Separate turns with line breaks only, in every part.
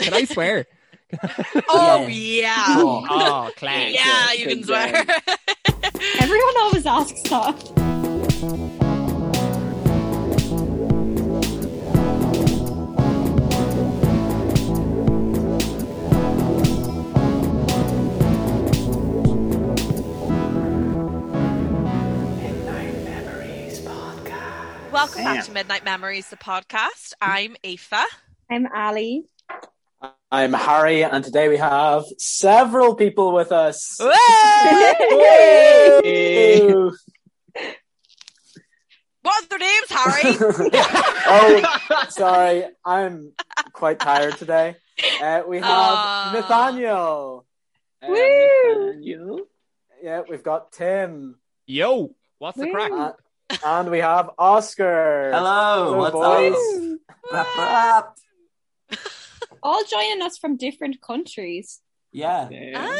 Can I swear?
Oh,
Yeah.
yeah.
Oh,
Oh, class.
yeah, you can
good
swear.
Everyone always asks that.
Welcome back
Damn.
to Midnight Memories, the podcast. I'm Aoife.
I'm Ali.
I'm Harry, and today we have several people with us.
Yay!
Woo!
What are their names, Harry?
oh, sorry, I'm quite tired today. Uh, we have
Aw.
Nathaniel. Uh,
Woo!
Nathaniel. Yeah, we've got Tim,
Yo, what's the crack?
uh, and we have Oscar.
Hello,
Hello,
what's
boys.
up? Rap,
Ah.
rap.
All joining us from different countries.
Yeah.
Ah.
Yeah.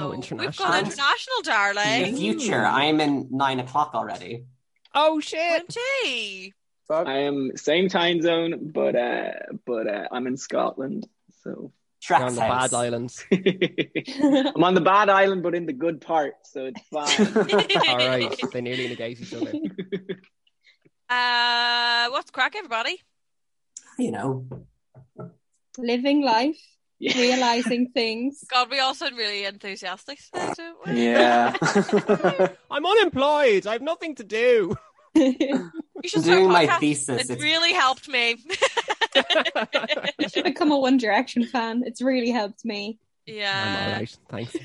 oh,
Oh,
we've
international.
gone international,
In the
darling.
future, I am in nine o'clock already.
Oh shit!
OMG.
Fuck.
I am same time zone, but uh, but uh, I'm in Scotland, so
You're on
Track's
the bad
house.
islands.
I'm on the bad island, but in the good part, so it's fine.
All right, they nearly negate each other.
Uh, what's crack, everybody?
You know,
Living life,
Yeah.
realizing things.
God, we all sound really enthusiastic today, don't we?
yeah.
I'm unemployed. I have nothing to do.
You should
I'm
start a
doing my
podcast.
thesis.
It
It's
really helped me.
Should become a One Direction fan. It's really helped me.
Uh,
I'm all
yeah.
right. Thanks.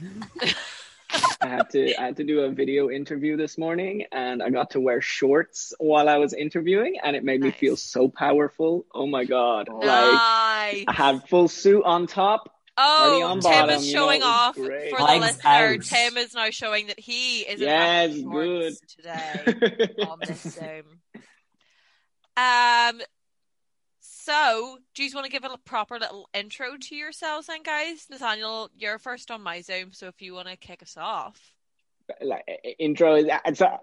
I had to I had to do a video interview this morning, and I got to wear shorts while I was interviewing, and it made me
Nice.
feel so powerful. Oh my god! Like
Nice.
I had full suit on top. party
Oh,
on
Tim
bottom,
is
you know,
showing
it was
off
great.
for the
Legs
listener.
out.
Tim is now showing that he is
Yes,
in fact shorts today on this Zoom. Um, so do you want to give a proper little intro to yourselves, then, guys? Nathaniel, you're first on my Zoom, so if you want to kick us off,
like intro is uh, it's a,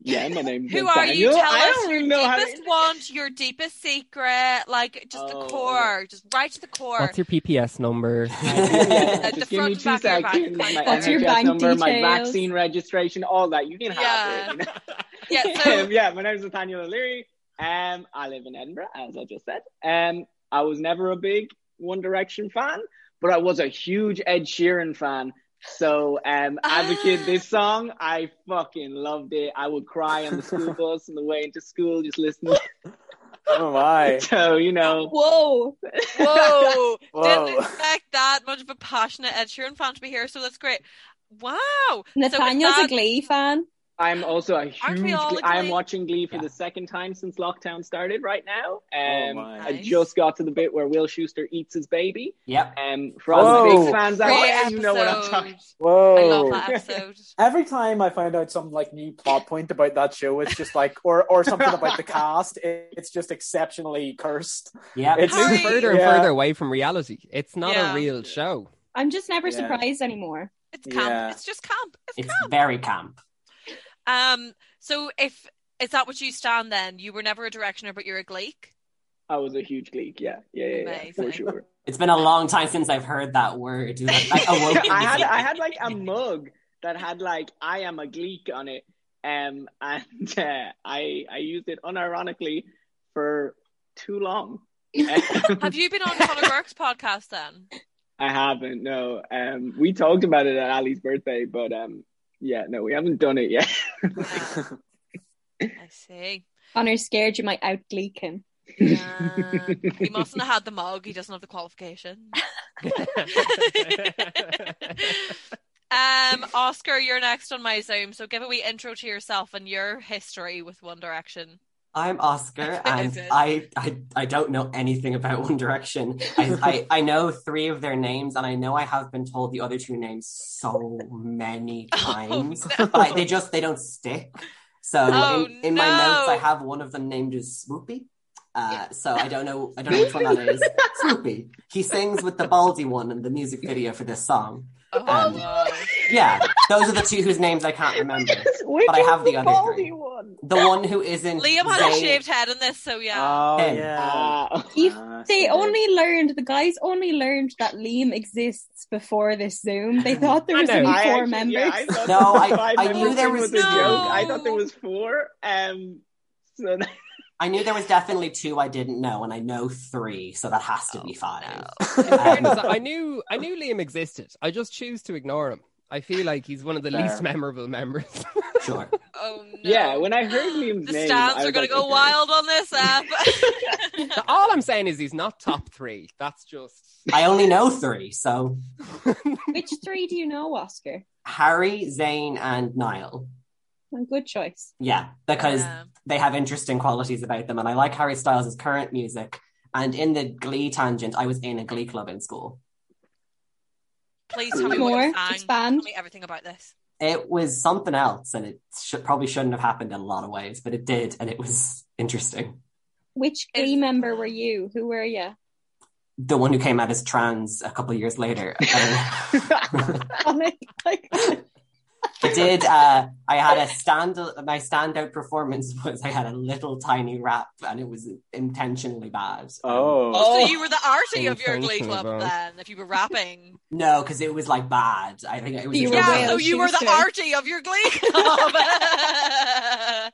yeah. My name's
who are you?
Nathaniel.
Tell
I
us
don't
your
really know how to
deepest want, your deepest secret, like just the
Oh.
core, just right to the core.
What's your PPS number?
Yeah,
the
just give me
front
two
back of your
seconds.
bank
My
card.
What's your
NHS
bank
number, my
details?
vaccine registration, all that. You can have it.
Yeah,
you know.
so
Um, yeah, my name's Nathaniel O'Leary. Um, I live in Edinburgh, as I just said. Um, I was never a big One Direction fan, but I was a huge Ed Sheeran fan. So um, as a kid,
Ah.
this song I fucking loved it. I would cry on the school bus on the way into school, just listening.
oh my.
Um,
So you know,
Whoa!
whoa. Didn't
Whoa.
expect that much of a passionate Ed Sheeran fan to be here, so that's great. Wow. So with
Nathaniel's
that-
a Glee fan.
I'm also a
Aren't we
huge.
all
Glee- I am
Glee?
watching Glee for
Yeah.
the second time since lockdown started. Right now, um,
Oh,
Oh,
my.
I
Nice.
just got to the bit where Will Schuster eats his baby.
Yep.
Um, for all the
Whoa.
big fans out
Great
there, you know what I'm
episode.
talking.
Whoa.
I love that episode.
Every time I find out some like new plot point about that show, it's just like, or or something about the cast, it, it's just exceptionally cursed.
Yep.
It's
Harry-
further and
Yeah.
further away from reality. It's not
Yeah.
a real show.
I'm just never
Yeah.
surprised anymore.
It's camp.
Yeah.
It's just camp. It's,
It's very camp.
camp. Um so if is that what you stand then? You were never a directioner but you're a gleek?
I was a huge geek. Yeah, yeah, yeah, yeah
Amazing.
for sure.
It's been a long time since I've heard that word. Like, I awoke
I had
in the-
I had like a mug that had like I am a gleek on it, um, and uh, I I used it unironically for too long. Um,
Have you been on Connor Burke's podcast then?
I haven't. No, um, we talked about it at Ali's birthday, but um, yeah, no, we haven't done it yet.
Ah, I see.
Connor's scared you might out Gleek him.
Yeah. he mustn't have had the mug, he doesn't have the qualification. Um, Oscar, you're next on my Zoom, so give a wee intro to yourself and your history with One Direction.
I'm Oscar,
Is
and
it?
I, I I don't know anything about One Direction. I, I I know three of their names, and I know I have been told the other two names so many times,
Oh,
but I, they just they don't stick. So
Oh,
in, in my notes, I
no.
have one of them named as Swoopy. Uh, so I don't know I don't know which one that is. Swoopy. He sings with the baldy one in the music video for this song.
Oh,
Um,
wow.
Yeah, those are the two whose names I can't remember.
Which
But I
is
have the
the
other
baldy
three.
one?
The one who isn't
Liam had a
Zay-
shaved head in this, so
Uh,
yeah.
Oh
Ten.
yeah.
Ah,
If
ah,
They
so
only learned the guys only learned that Liam exists before this Zoom. They thought there
I
was
know.
only
I
four
actually-
members.
yeah, I thought
No,
the
I-
five
I knew
member
there
thing
was
a joke.
no-
I thought there was four. Um, so that-
I knew there was definitely two I didn't know, and I know three, so that has to be five.
In fairness, I knew I knew Liam existed. I just choose to ignore him. I feel like he's one of the
Fair.
least memorable members.
Sure.
Oh no.
yeah, when I heard Liam's
the
name,
stands
I
are
was
gonna
like,
go
okay.
wild on this app.
All I'm saying is he's not top three. That's just
I only know three, so
Which three do you know, Oscar?
Harry, Zane, and Niall.
Well, Good choice.
Yeah, because
Yeah.
they have interesting qualities about them, and I like Harry Styles' current music. And in the Glee tangent, I was in a Glee club in school.
Please tell me what
More
you sang. Tell
expand.
me everything about this.
It was something else, and it should, probably shouldn't have happened in a lot of ways, but it did, and it was interesting.
Which Glee
Is-
member were you? Who were you?
The one who came out as trans a couple of years later. Um,
like,
I did. Uh, I had a stand. My standout performance was I had a little tiny rap, and it was intentionally bad.
Oh,
Oh.
Oh.
so you were the arty of your
Intentionally
glee club
wrong.
then, if you were rapping.
no, because it was like bad. I think it was. a
You were
joke.
yeah,
whale
so you were the
shooter.
arty of your glee club.
I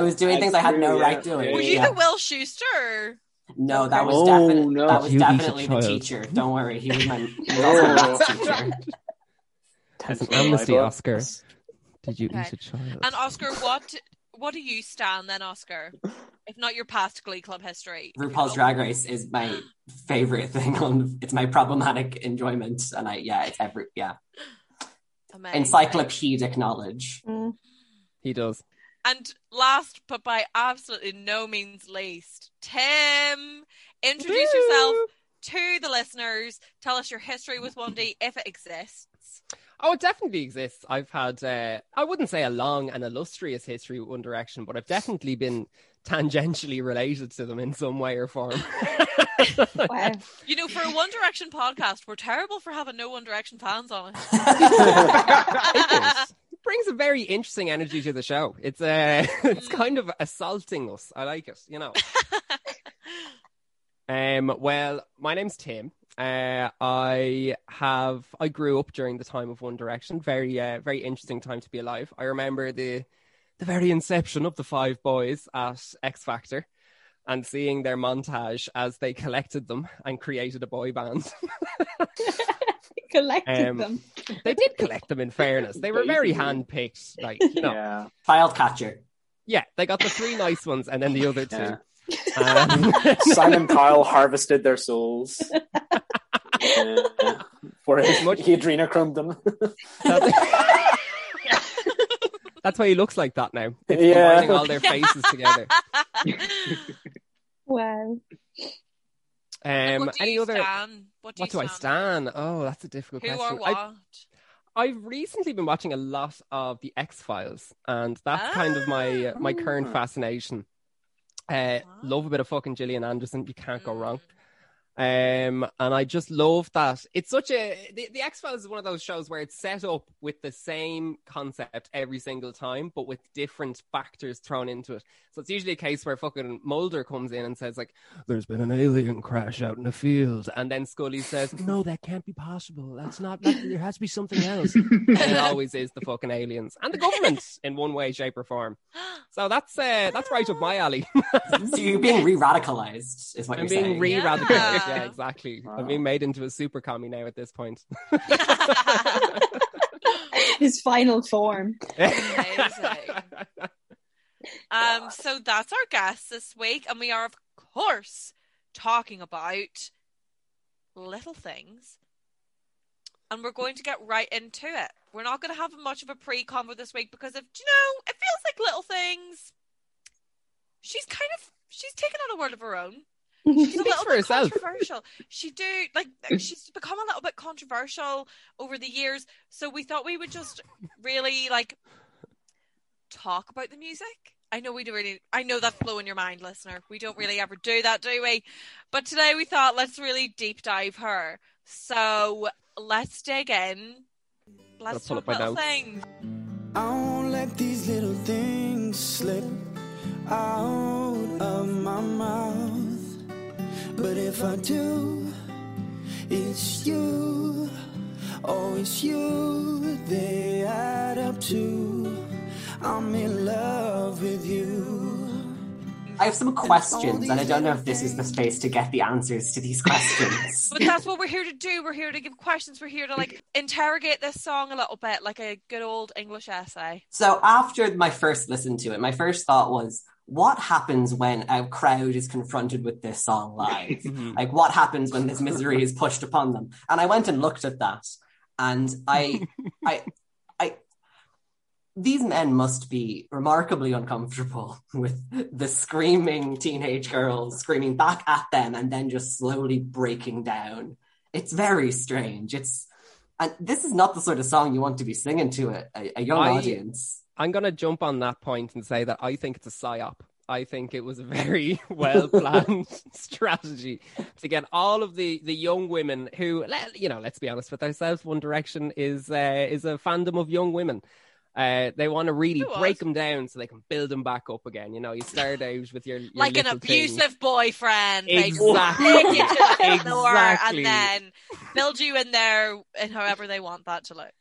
was doing things I had no
That's
right
true, yeah.
doing.
were you
yeah.
the Will Schuster?
No, that was
Oh,
definitely
no.
that was
You little
definitely the
child.
teacher. Don't worry, he was my, he was also my
Oh.
maths teacher.
As an
Tension in my
amnesty
butt.
Oscar, did you
Okay.
eat a child?
And Oscar, what what do you stand then, Oscar? If not your past Glee Club history. Oh,
RuPaul's Drag Race is my favorite thing. On it's my problematic enjoyment, and I yeah, it's every yeah
Amazing.
encyclopedic knowledge.
mm.
He does.
And last but by absolutely no means least, Tim, introduce
Woo!
yourself to the listeners. Tell us your history with 1D if it exists.
Oh, it definitely exists. I've had, uh, I wouldn't say a long and illustrious history with One Direction, but I've definitely been tangentially related to them in some way or form.
Wow.
You know, for a One Direction podcast, we're terrible for having no One Direction fans on it.
it is. It brings a very interesting energy to the show. It's uh, it's kind of assaulting us. I like it, you know. um, well, my name's Tim. Uh, I have I grew up during the time of One Direction. Very uh, very interesting time to be alive. I remember the the very inception of the five boys at X Factor. And seeing their montage as they collected them and created a boy band.
Collected
Um,
them.
they did collect them in fairness. They were very
Basically.
handpicked. Like, you know,
Yeah.
Child catcher.
Yeah, they got the three nice ones and then the other two.
Yeah.
Um,
Simon Kyle harvested their souls. For
As much-
he adrenochromed them.
that- that's why he looks like that now. It's
Yeah.
combining all their faces together.
Wow.
Um,
what do
any
you
other?
Stan? What do,
What do
you
I stand? Oh, that's a difficult
Who
question.
or what?
I, I've recently been watching a lot of the X Files, and that's kind of my my current
Ah.
fascination. Uh,
Wow.
Love a bit of fucking Gillian Anderson. You can't
Mm.
go wrong. Um, and I just love that. It's such a the, the X Files is one of those shows where it's set up with the same concept every single time, but with different factors thrown into it. So it's usually a case where fucking Mulder comes in and says like, "There's been an alien crash out in the field," and then Scully says, "No, that can't be possible. That's not. That, there has to be something else." and it always is the fucking aliens and the government in one way, shape, or form. So that's uh, that's right up my alley.
So you're being re-radicalized, is what
I'm
you're
being
saying.
re radicalized. Yeah.
Yeah.
exactly.
Wow.
I'm being made into a super commie now at this point.
His final form.
Amazing. Um, so that's our guest this week, and we are, of course, talking about little things. And we're going to get right into it. We're not going to have much of a pre convo this week because of, do you know, it feels like little things. She's kind of, she's taken on a world of her own. She's a
Speaks
little
for
bit
herself.
controversial. She do like she's become a little bit controversial over the years. So we thought we would just really like talk about the music. I know we do really. I know that's blowing your mind, listener. We don't really ever do that, do we? But today we thought let's really deep dive her. So let's dig in. Let's
pull
talk
up my
little
notes.
things.
I won't let these little things slip out of my mouth. But if I do, it's you. Oh, it's you. They add up to. I'm in love with you.
I have some questions, and I don't know if this is the space to get the answers to these questions.
But that's what we're here to do. We're here to give questions. We're here to like interrogate this song a little bit, like a good old English essay.
So after my first listen to it, my first thought was, what happens when a crowd is confronted with this song live?
Mm-hmm.
like, what happens when this misery is pushed upon them? And I went and looked at that, and I, I, I, these men must be remarkably uncomfortable with the screaming teenage girls screaming back at them and then just slowly breaking down. It's very strange. It's, and this is not the sort of song you want to be singing to a, a, a young
I-
audience.
I'm going to jump on that point and say that I think it's a psyop. I think it was a very well planned strategy to get all of the, the young women who, let, you know, let's be honest with ourselves. One Direction is uh, is a fandom of young women. Uh, they want to really
It was.
break them down so they can build them back up again. You know, you start out with your, your
like an
little thing.
abusive boyfriend. They just
Exactly.
take you to the floor
Exactly.
and then build you in there in however they want that to look.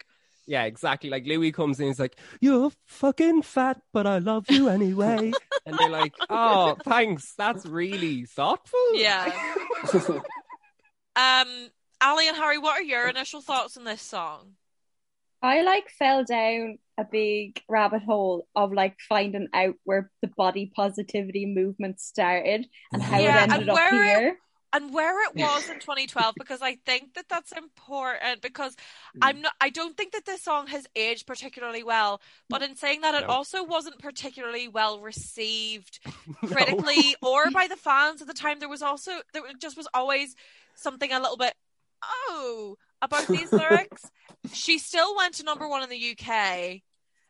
Yeah, exactly. Like Louis comes in, he's like, "You're fucking fat, but I love you anyway." and they're like, "Oh, thanks. That's really thoughtful."
Yeah. Um, Ali and Harry, what are your initial thoughts on this song?
I like fell down a big rabbit hole of like finding out where the body positivity movement started and how
Yeah,
it ended
and
up
where it-
here.
And where it was in 2012, because I think that that's important. Because I'm not, I don't think that this song has aged particularly well. But in saying that, it
No.
also wasn't particularly well received critically or by the fans at the time. There was also there just was always something a little bit oh about these lyrics. She still went to number one in the UK,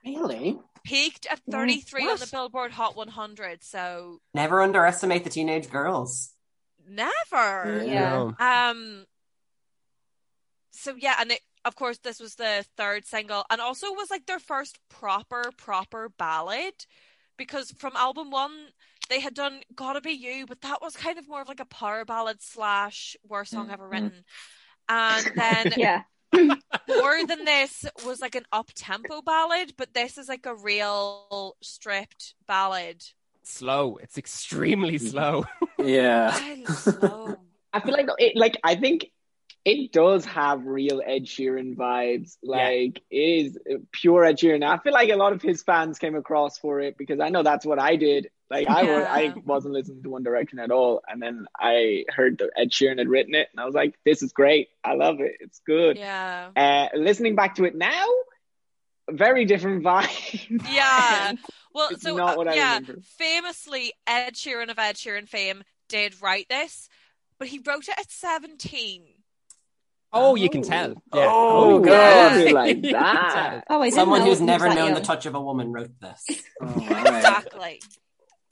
Really?
peaked at 33 on
what?
the Billboard Hot 100. So
Never underestimate the teenage girls.
never.
Mm-hmm.
Yeah.
No.
Um. So yeah, and it, of course this was the third single, and also was like their first proper proper ballad, because from album one they had done "Gotta Be You," but that was kind of more of like a power ballad slash worst song ever written. And then
Yeah.
more than this was like an up tempo ballad, but this is like a real stripped ballad.
slow. It's extremely slow.
Yeah.
I love.
I feel like it. Like I think it does have real Ed Sheeran vibes. Like it is pure Ed Sheeran. I feel like a lot of his fans came across for it because I know that's what I did. Like I was,
Yeah.
I wasn't listening to One Direction at all, and then I heard that Ed Sheeran had written it, and I was like, "This is great. I love it. It's good."
Yeah.
Uh, listening back to it now, very different vibe.
Yeah. Well,
It's
so
not
uh,
what I
yeah,
remember.
famously, Ed Sheeran of Ed Sheeran fame did write this, but he wrote it at seventeen.
Oh, you can tell. Yeah.
Oh,
you
God.
can tell.
Like
You can
that.
tell.
Oh, I didn't
Someone
know
who's
it was
never
that
known
young.
the touch of a woman wrote this.
Oh, alright.
Exactly.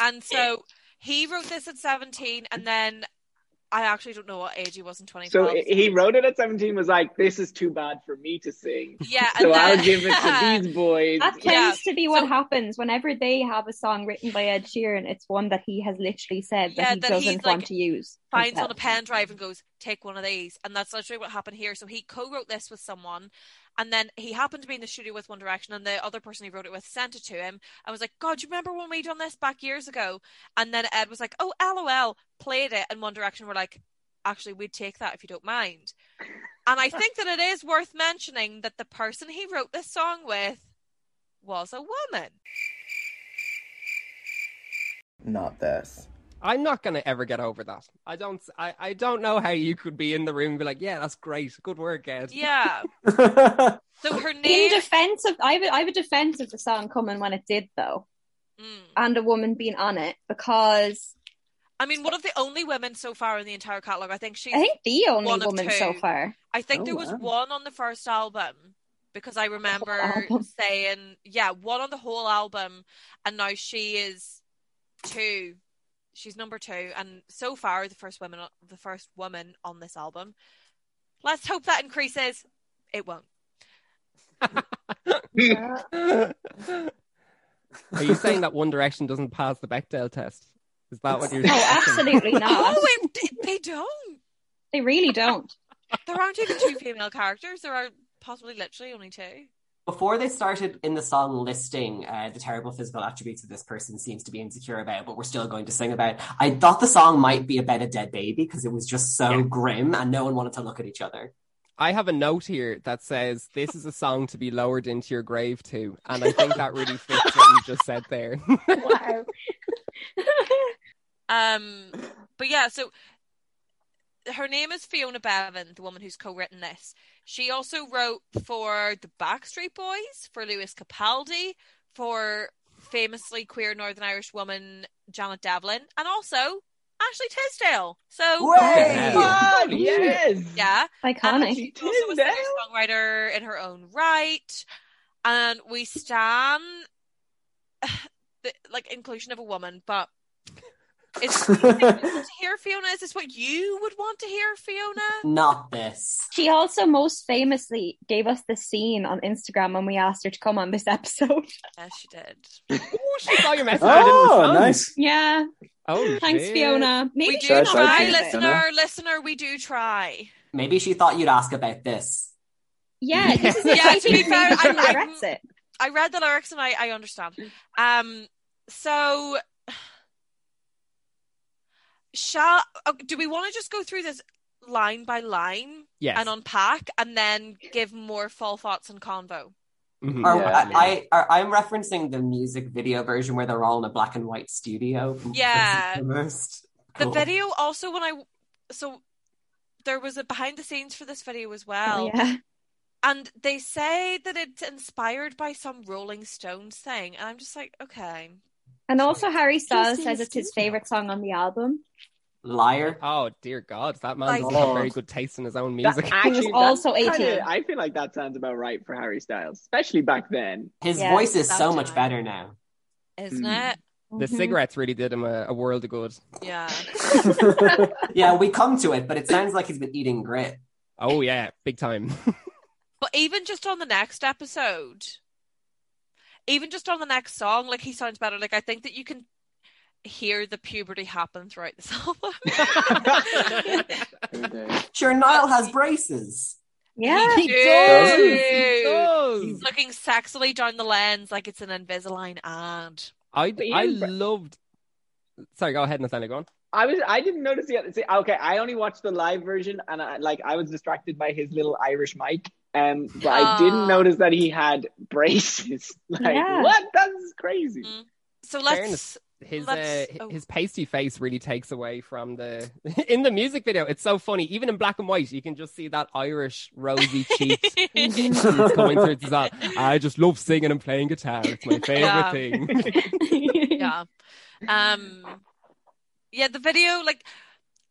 And so he wrote this at seventeen, and then I actually don't know what age he was in twenty
So
twelve.
i- he wrote it at 17, was like, this is too bad for me to sing.
yeah, and
So I'll
then-
give it to these boys.
That tends
Yeah.
to be what happens whenever they have a song written by Ed Sheeran. It's one that he has literally said that
Yeah,
he
that he's,
doesn't
like,
want to use.
finds
himself.
on a pen drive and goes, "Take one of these," and that's literally what happened here. So he co-wrote this with someone, and then he happened to be in the studio with One Direction, and the other person he wrote it with sent it to him. I was like, "God, do you remember when we done this back years ago?" And then Ed was like, "Oh, lol," played it, and One Direction were like, "Actually, we'd take that if you don't mind." And I think that it is worth mentioning that the person he wrote this song with was a woman.
Not this.
I'm not gonna ever get over that. I don't. I, I don't know how you could be in the room and be like, "Yeah, that's great. Good work, Ed."
Yeah.
Oh,
So her
In
name.
defense of, I have, a- I have a defense of the song coming when it did though,
Mm.
and a woman being on it because
I mean, one of the only women so far in the entire catalog. I think she's
I think the only
One of
woman
two.
so far.
I think
Oh,
there was
wow.
one on the first album because I remember
album.
saying, yeah, one on the whole album, and now she is two. She's number two, and so far the first woman, the first woman on this album. Let's hope that increases. It won't.
Are you saying that One Direction doesn't pass the Bechdel test? Is that what you're
No,
saying?
absolutely not.
Oh, it, it- they don't.
They really don't.
There aren't even two female characters. There are possibly literally only two.
Before they started in the song listing uh, the terrible physical attributes that this person seems to be insecure about, but we're still going to sing about, I thought the song might be about a dead baby because it was just so
Yeah.
grim and no one wanted to look at each other.
I have a note here that says this is a song to be lowered into your grave to, and I think that really fits what you just said there.
Wow.
Um, but yeah, so her name is Fiona Bevan, the woman who's co-written this. She also wrote for the Backstreet Boys, for Lewis Capaldi, for famously queer Northern Irish woman Janet Devlin, and also Ashley Tisdale. So
Way!
God, yes.
yeah, and
Iconic.
she's also a
Tisdale.
singer-songwriter in her own right. And we stand the like inclusion of a woman, but it's what you think you want to hear Fiona. Is this what you would want to hear, Fiona?
Not this.
She also most famously gave us the scene on Instagram when we asked her to come on this episode.
Yes, she did.
oh, she saw your message. and didn't
Oh,
respond.
nice.
Yeah.
Oh,
Thanks,
shit.
Fiona. Maybe
we
she
do
should
was
Shout
on
out
try,
to
Thursday.
listener, listener. We do try.
Maybe she thought you'd ask about this.
Yeah, this is
Yeah,
to be
exciting.
fair,
Maybe she
I'm- I'm-
regrets it.
I read the lyrics and I, I understand.
Mm.
Um, so shall oh, do we want to just go through this line by line
Yes.
and unpack, and then give more full thoughts and convo?
Mhm.
Or,
Yeah.
I, I, or I'm referencing the music video version where they're all in a black and white studio.
Yeah.
This is the most
The
cool.
video also when I so there was a behind the scenes for this video as well,
Oh, yeah.
and they say that it's inspired by some Rolling Stones thing, and I'm just like, okay,
And also, Harry Styles
in
says
the
it's his
studio.
favorite song on the album.
Liar.
Oh dear God, that man
Like-
doesn't have very good taste in his own music.
That- actually,
He was
that's
also
kinda-
18.
I feel like that sounds about right for Harry Styles, especially back then.
His
Yeah,
voice is so
that's
much
right.
better now.
isn't
Mm.
it?
the
Mhm.
cigarettes really did him a, a world of good.
Yeah.
Yeah, we come to it, but it sounds like he's been eating grit.
Oh yeah, big time.
But even just on the next episode, even just on the next song, like he sounds better. Like I think that you can hear the puberty happen throughout the song.
Sure, Niall has braces.
Yeah.
he does. He does.
He's looking sexily down the lens like it's an Invisalign ad.
I,
But you
I
didn't br-
loved. Sorry, go ahead, Nathaniel. Go on.
I was I didn't notice the other. See, okay, I only watched the live version, and I like I was distracted by his little Irish mic. Um, but I
Aw.
didn't notice that he had braces. like
Yeah.
what? That's crazy.
Mm. So let's
Fairness. His uh,
Let's-
h-
oh.
his pasty face really takes away from the in the music video. It's so funny, even in black and white, you can just see that Irish rosy cheeks It's coming through his song. I just love singing and playing guitar. It's my favorite
Yeah.
thing.
yeah. Um yeah, the video like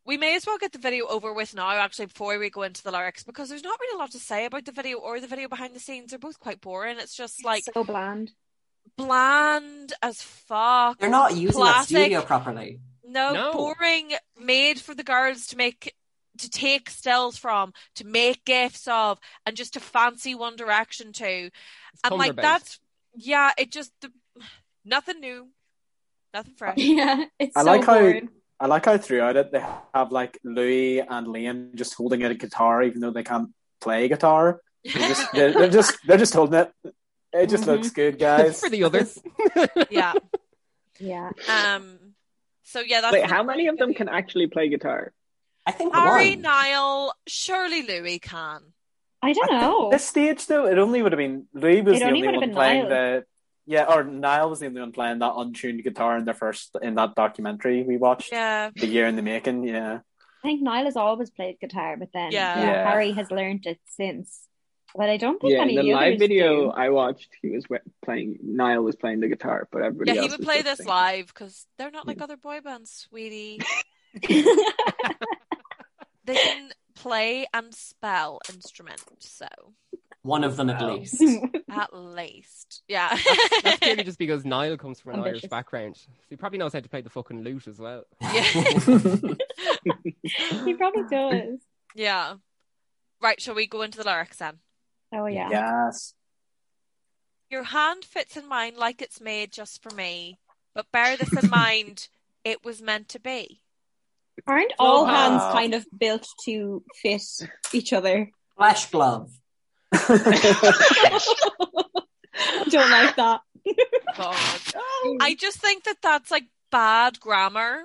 we may as well get the video over with now actually before we go into the lyrics because there's not really a lot to say about the video or the video behind the scenes. They're both quite boring. It's just like
so bland.
bland as fuck.
They're not using
Classic.
that studio properly.
No,
No.
boring made for the girls to make to take stills from, to make gifts of, and just to fancy One Direction to.
It's
And like
Cumberbase.
that's yeah, it just the, nothing new, nothing fresh.
Yeah, it's
I
so
like how-
boring.
I like how throughout it they have like Louis and Liam just holding a guitar, even though they can't play guitar. They're just they're, they're just they're just holding it. It just
Mhm.
looks good, guys.
for the others.
yeah.
Yeah.
Um. So yeah, that's
Wait,
the-
how many of them can actually play guitar?
I think
Harry,
one.
Niall, Shirley, Louis can.
I don't
At
know.
This stage, though, it only would have been Louis was
It
the
only
only
would have
one
been
playing
Niall.
the yeah, or Niall was the only one playing that untuned guitar in the first in that documentary we watched,
Yeah.
the year in the making. Yeah,
I think Niall has always played guitar, but then
Yeah.
Yeah.
Harry has learned it since. But I don't think
Yeah, in
any
the live
others
video
do.
I watched, he was we- playing. Niall was playing the guitar, but everybody
Yeah, he
else
would
was
play
just
this
singing.
live because they're not like other boy bands, sweetie. They can play and spell instruments, so
One of them at least.
at least, yeah.
That's clearly just because Niall comes from an
Ambitious.
Irish background. So he probably knows how to play the fucking lute as well.
Yeah.
he probably does.
yeah. Right, shall we go into the lyrics then?
Oh yeah.
yes.
Your hand fits in mine like it's made just for me, but bear this in mind, it was meant to be.
Aren't
uh,
all
Wow.
hands kind of built to fit each other?
Flesh glove.
I don't like that.
God. I just think that that's like bad grammar.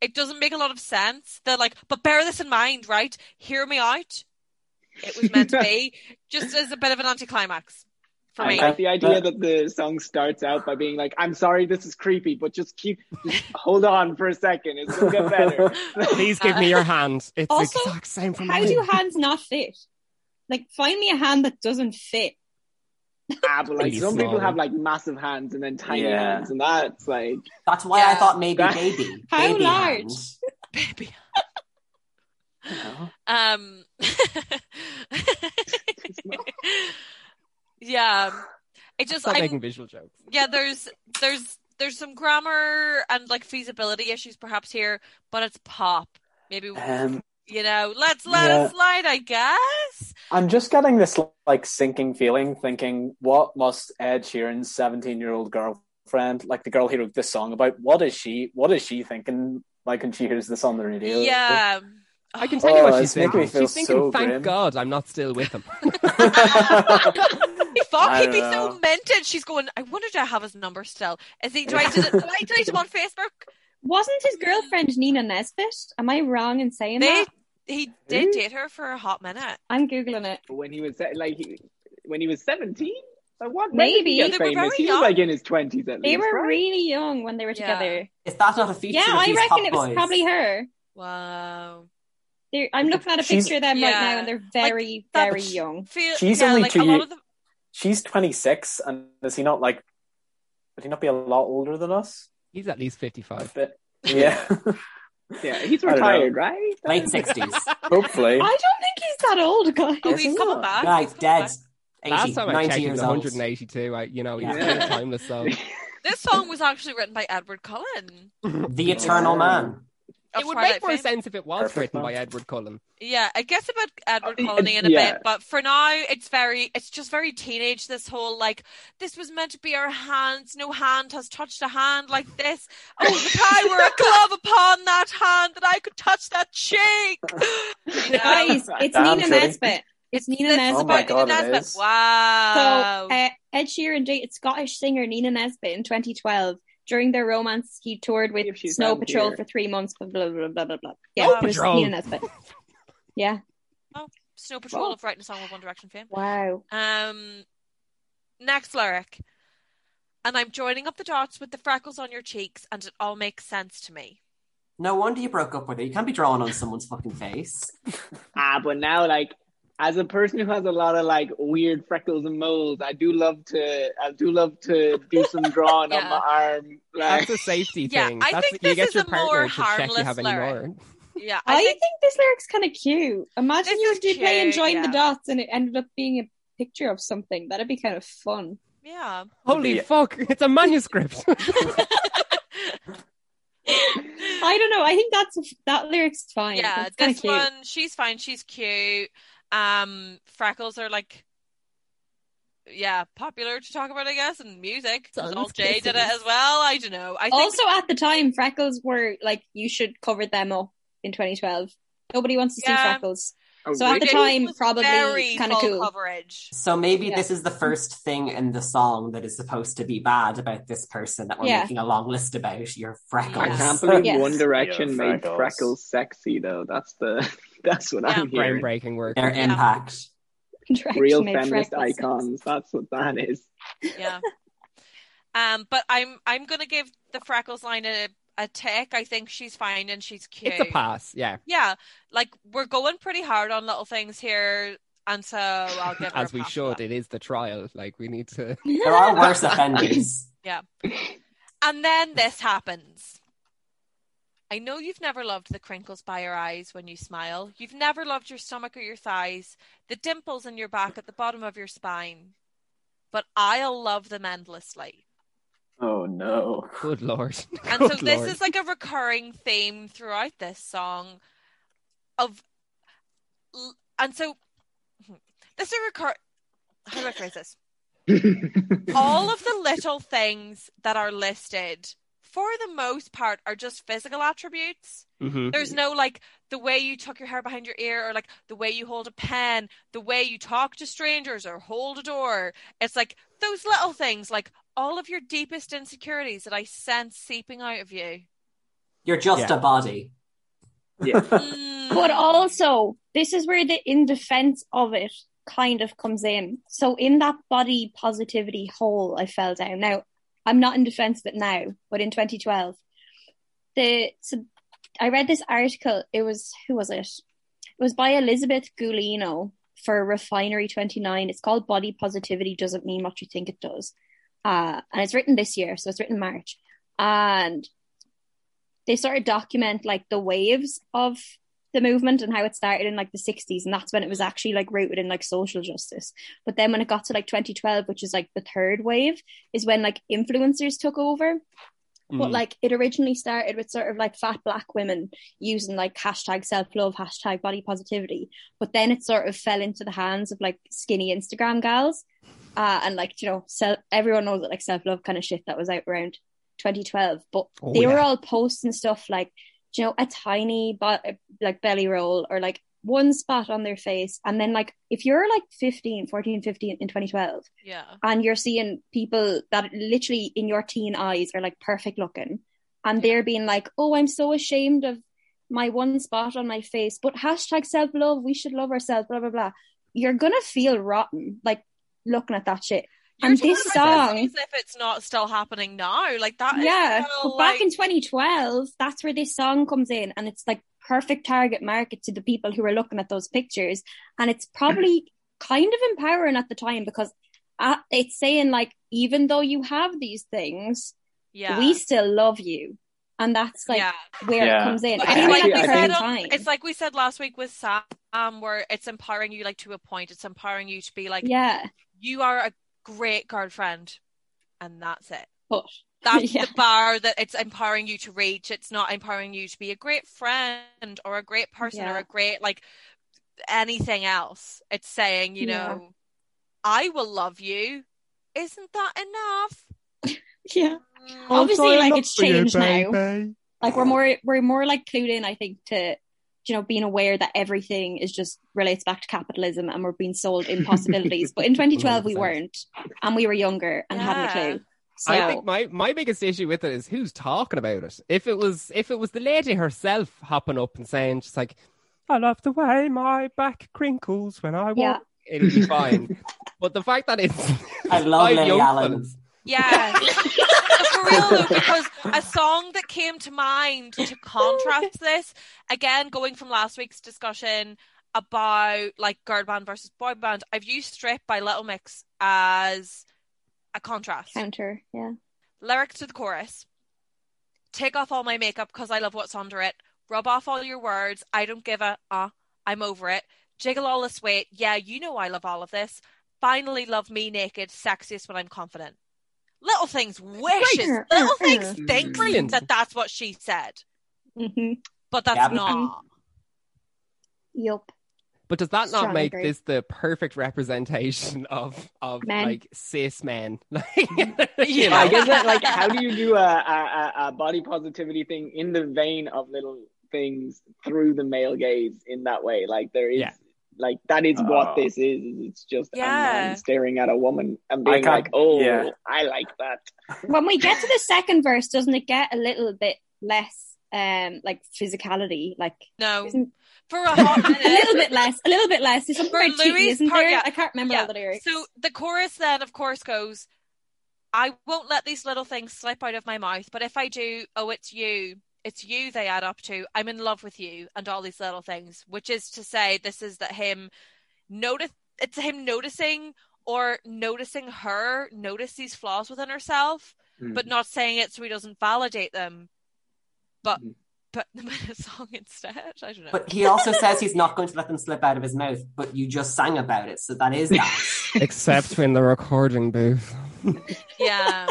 It doesn't make a lot of sense. They're like, but bear this in mind, right? Hear me out. It was meant to be. Just as a bit of an anticlimax for
I
me.
like the idea that the song starts out by being like, "I'm sorry, this is creepy, but just keep, just hold on for a second. It's gonna get better."
Please give me your hand. It's
Also,
the exact same for me.
How do hands not fit? Like, find me a hand that doesn't fit.
Ah, but like
Pretty
some people
small.
have like massive hands and then tiny
Yeah.
hands, and that's like
That's why I
Yeah.
thought maybe
That-
baby.
How
baby
large?
hand.
Baby.
Oh.
Um. yeah. It just,
Stop
I'm
making visual jokes.
yeah there's there's there's some grammar and like feasibility issues perhaps here but it's pop maybe
um,
you know let's let
yeah.
it slide i guess
I'm just getting this like sinking feeling, thinking, what must Ed Sheeran's 17 year old girlfriend, like the girl he wrote this song about, what is she, what is she thinking? Like when she hears this on the radio,
yeah
I can tell you what
Oh,
she's
it's making
thinking.
me feel
She's thinking,
so
thank
grim."
God I'm not still with him.
fuck
I
he'd be
don't
so
know.
minted she's going i wonder do i have his number still is he do i delete, do I delete him on facebook
Wasn't his girlfriend Nina Nesbitt? Am I wrong in saying
they
that?
he did date her for a hot minute
I'm googling it.
when he was like he, when he was 17. Like what? when did
Maybe.
he
They
get
were
famous?
very
He
young.
was like in his 20s at
They
least.
were
right?
really young when they were
Yeah.
together.
Is that not a feature?
Yeah,
of
I
these
reckon
Pop
it was
Boys?
probably her.
wow
They're, I'm looking at a
She's-
picture of them right
Yeah.
now, and they're very,
that-
very young.
Feel,
She's
yeah,
only
like
two
a lot
ye-
of the
She's 26, and is he not like, would he not be a lot older than us?
He's at least 55.
But, yeah,
Yeah, he's
I don't know.
retired, right?
Late sixties.
hopefully.
I don't think he's that old, guys.
oh he's coming back
Guys,
he's coming
dead.
back.
80,
Last time I
90
checked, he
years
was
old.
182. I, you know, he's
Yeah.
still timeless. So
This song was actually written by Edward Cullen.
The Eternal Man.
of
it would
Twilight
make more
fame.
sense if it was
Perfect
written
match.
by Edward Cullen.
Yeah, I guess about Edward
Uh,
Cullen in a
yeah.
bit, but for now, it's very, it's just very teenage. This whole like, this was meant to be our hands. No hand has touched a hand like this. Oh, that I were a glove upon that hand, that I could touch that cheek. You know?
Guys, it's
Damn
Nina
shitty.
Nesbitt. It's Nina
This
Nesbitt.
is
Oh my
about Nina
God, it
Nesbitt.
is.
So
Wow.
uh, Ed Sheeran dated Scottish singer Nina Nesbitt in 2012. During their romance, he toured with
If she's
Snow
down
Patrol
here.
for three months. Blah blah blah blah blah. blah. Yeah,
Snow
it was
Patrol.
Nina Nesbitt. yeah.
Snow Patrol
Well.
of writing a song with One Direction fame.
Wow.
Um, next lyric. And I'm joining up the dots with the freckles on your cheeks, and it all makes sense to me.
No wonder you broke up with her. You can't be drawing on someone's fucking face.
ah, but now like as a person who has a lot of like weird freckles and moles, I do love to I do love to do some drawing
Yeah.
on my arm. Like
That's a safety
Yeah,
thing.
I
That's,
think
you
this
get
is
your
a
partner to
more
check you
harmless
have any
lyric.
more.
Yeah,
I,
I
think...
think
this lyric's kind of cute. Imagine
This
you
is
were do playing
cute,
Join
yeah.
the Dots and it ended up being a picture of something. That'd be kind of fun.
yeah.
Holy
Yeah.
fuck, it's a manuscript.
I don't know. I think that's that lyric's fine.
Yeah,
it's kind of
this
cute.
one, she's fine, she's cute. Um, freckles are like yeah, popular to talk about, I guess, and music. 'cause
Sans
Alt J did it
kisses.
as well. I don't know. I think
Also, at the time, freckles were like you should cover them up in 2012. Nobody wants to see
Yeah.
freckles.
a
So at the
Ridiculous
really-
time,
was
probably
very
kinda
full
cool.
coverage.
So maybe
Yeah.
this is the first thing in the song that is supposed to be bad about this person that we're
Yeah.
making a long list about. Your freckles.
I can't
Yeah.
believe
Yes.
One Direction
Yeah,
made
freckles.
freckles sexy though. That's the that's what
Yeah.
I'm hearing.
Groundbreaking work.
Their impact.
Interaction
Real
made
feminist
freckles.
icons. That's what that is.
Yeah. Um, but I'm I'm gonna give the freckles line a a tick. I think she's fine and she's cute.
It's a pass, yeah.
Yeah, like we're going pretty hard on little things here, and so I'll give her
As
a
we
pass for
should.
that.
It is the trial. Like, we need to.
There are worse offenders.
And then this happens. I know you've never loved the crinkles by your eyes when you smile. You've never loved your stomach or your thighs, the dimples in your back at the bottom of your spine. But I'll love them endlessly.
Oh no.
Good lord.
And
Good
so this
lord.
is like a recurring theme throughout this song of hmm, and so this is a recur how do I phrase this? all of the little things that are listed for the most part are just physical attributes
Mm-hmm.
there's no like the way you tuck your hair behind your ear or like the way you hold a pen the way you talk to strangers or hold a door it's like those little things like all of your deepest insecurities that i sense seeping out of you
You're just
Yeah.
a body.
Mm.
But also, this is where the in defense of it kind of comes in. So, in that body positivity hole I fell down. Now, I'm not in defense of it now, but in 2012, the so I read this article. It was who was it? It was by Elizabeth Gulino for Refinery 29. It's called "Body Positivity Doesn't Mean What You Think It Does," uh, and it's written this year, so it's written in March, and they sort of document like the waves of the movement and how it started in like the 60s and that's when it was actually like rooted in like social justice but then when it got to like 2012 which is like the third wave is when like influencers took over
Mm.
but like it originally started with sort of like fat black women using like hashtag self love, hashtag body positivity. But then it sort of fell into the hands of like skinny Instagram gals. Uh, and like, you know, self, everyone knows that like self love kind of shit that was out around 2012. But
Oh,
they were
yeah.
all posting stuff like, you know, a tiny bo- like belly roll or like one spot on their face. And then like if you're like 15, 14, 15 in 2012,
yeah
and you're seeing people that literally in your teen eyes are like perfect looking and they're being like oh i'm so ashamed of my one spot on my face but hashtag self-love we should love ourselves blah blah blah you're gonna feel rotten like looking at that shit And
talking
this
about
song-
as if it's not still happening now like that is
yeah
still,
but back
like-
in 2012 that's where this song comes in and it's like perfect target market to the people who are looking at those pictures and it's probably
Mm-hmm.
kind of empowering at the time because uh, it's saying like even though you have these things
yeah
we still love you. And that's like
yeah
where
Yeah.
it comes in.
But
I
it's
think
like
at
we
the
said
same
on-
time.
it's like we said last week with Sam, where it's empowering you like to a point. It's empowering you to be like,
yeah.
you are a great girlfriend, and that's it.
But
That's
Oh, Yeah.
the bar that it's empowering you to reach. It's not empowering you to be a great friend or a great person or
Yeah.
a great like anything else. It's saying, you
Yeah.
know, I will love you. Isn't that enough?
yeah.
Mm,
Obviously like it's changed now. Like we're more we're more like clued in, I think, to you know, being aware that everything is just relates back to capitalism and we're being sold impossibilities. but in twenty twelve we
100%.
weren't and we were younger and
Yeah.
hadn't a clue. So
I think my, my biggest issue with it is who's talking about it. If it was if it was the lady herself hopping up and saying just like, "I love the way my back crinkles when I walk,"
Yeah.
it'll be fine. but the fact that it's
I love
five
Lily
young
Allen.
fellas-
Yeah. For real though, because a song that came to mind to contrast this, again, going from last week's discussion about like girl band versus boy band, I've used Strip by Little Mix as a contrast.
counter, yeah.
Lyric to the chorus Take off all my makeup because I love what's under it. Rub off all your words. I don't give a uh. I'm over it. Jiggle all this weight. Yeah, you know I love all of this. Finally, love me naked, sexiest when I'm confident. Little things wishes.
Right.
Little
Uh, uh.
things thinks
Brilliant.
that that's what she said,
Mm-hmm.
but that's
Yeah.
not.
Yup.
But does that not
Strong
make
agree.
this the perfect representation of of
Men.
like cis men? Like, you
I
know?
guess that, like, how do you do a, a, a- a body positivity thing in the vein of little things through the male gaze in that way? Like, there is,
Yeah.
like, that is what
Oh.
this is. is It's just a
Yeah.
man staring at a woman and
I
being
can't-
like, oh,
yeah.
I like that.
when we get to the second verse, doesn't it get a little bit less um like physicality? Like
No,
isn't
for a hot
a
minute.
little bit less, a little bit less. There's something
For
about cheating,
Louis'
isn't
part,
there?
yeah.
I can't remember
Yeah.
all the lyrics.
So the chorus then, of course, goes, I won't let these little things slip out of my mouth, but if I do, oh, it's you. It's you they add up to. I'm in love with you and all these little things, which is to say, this is that him notice, it's him noticing or noticing her notice these flaws within herself,
Mm.
but not saying it so he doesn't validate them, but
Mhm.
put them in a song instead. I don't know.
But he also says he's not going to let them slip out of his mouth, but you just sang about it, so that is that.
Except in the recording booth.
yeah.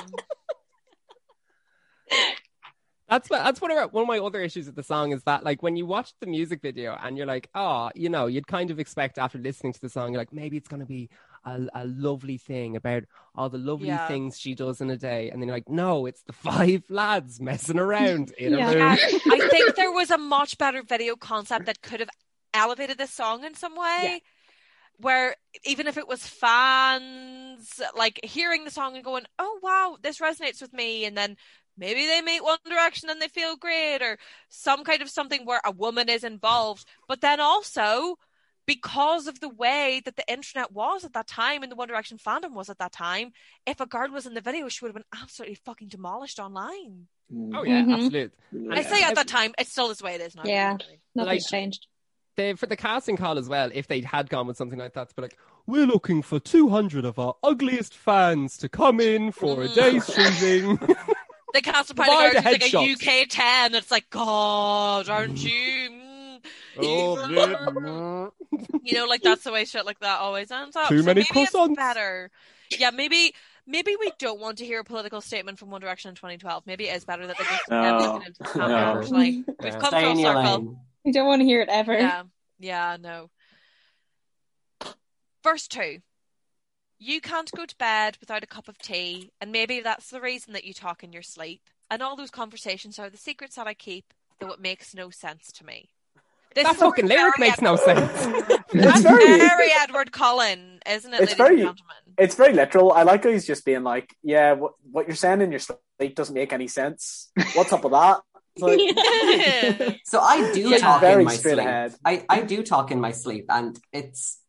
That's what, that's one of our- one of my other issues with the song is that like when you watch the "Ah," music video and you're like, oh, you know, you'd kind of expect after listening to the song, you're like, maybe it's gonna be a, a lovely thing about all the lovely
Yeah.
things she does in a day, and then you're like, no, it's the five lads messing around in
Yeah.
a room.
Yeah, I think there was a much better video concept that could have elevated this song in some way. Where even if it was fans like hearing the song and going, "Oh wow, this resonates with me," and then maybe they meet One Direction and they feel great, or some kind of something where a woman is involved. But then also because of the way that the internet was at that time and the One Direction fandom was at that time, if a girl was in the video, she would have been absolutely fucking demolished online.
Oh
Mm-hmm.
yeah,
Mhm.
absolutely.
I
Yeah.
say at that time, it's still this way it is now.
Yeah. Nothing's
Like-
changed.
They, for the casting call as well, if they had gone with something like that, to be like, we're looking for 200 of our ugliest fans to come in for a
Mm.
day's shooting.
They cast a
Why
party
the
guard like a
headshots?
UK 10. It's like, God, aren't you? Mm.
oh,
You know, like that's the way shit like that always ends up.
Too many
maybe it's
croissants.
better. Yeah, maybe maybe we don't want to hear a political statement from One Direction in 2012. Maybe it is better that they just
Oh.
No.
never listen into the town,
No.
actually.
Yeah.
We've come
Oh. Stay in
full
your
circle.
lane.
You don't want to hear it ever.
Yeah, yeah, no. Verse two. You can't go to bed without a cup of tea, and maybe that's the reason that you talk in your sleep. And all those conversations are the secrets that I keep, though it makes no sense to me. This
that
is very
fucking lyric makes no sense.
It's
That's
very-
very... Edward Cullen, isn't it, ladies
It's very-
and gentlemen?
It's very literal. I like how he's just being like, yeah, what, what you're saying in your sleep doesn't make any sense. What's up with that? It's like,
So I do
Yeah,
talk
very
in my
straight
sleep.
ahead.
I, I do talk in my sleep, and it's.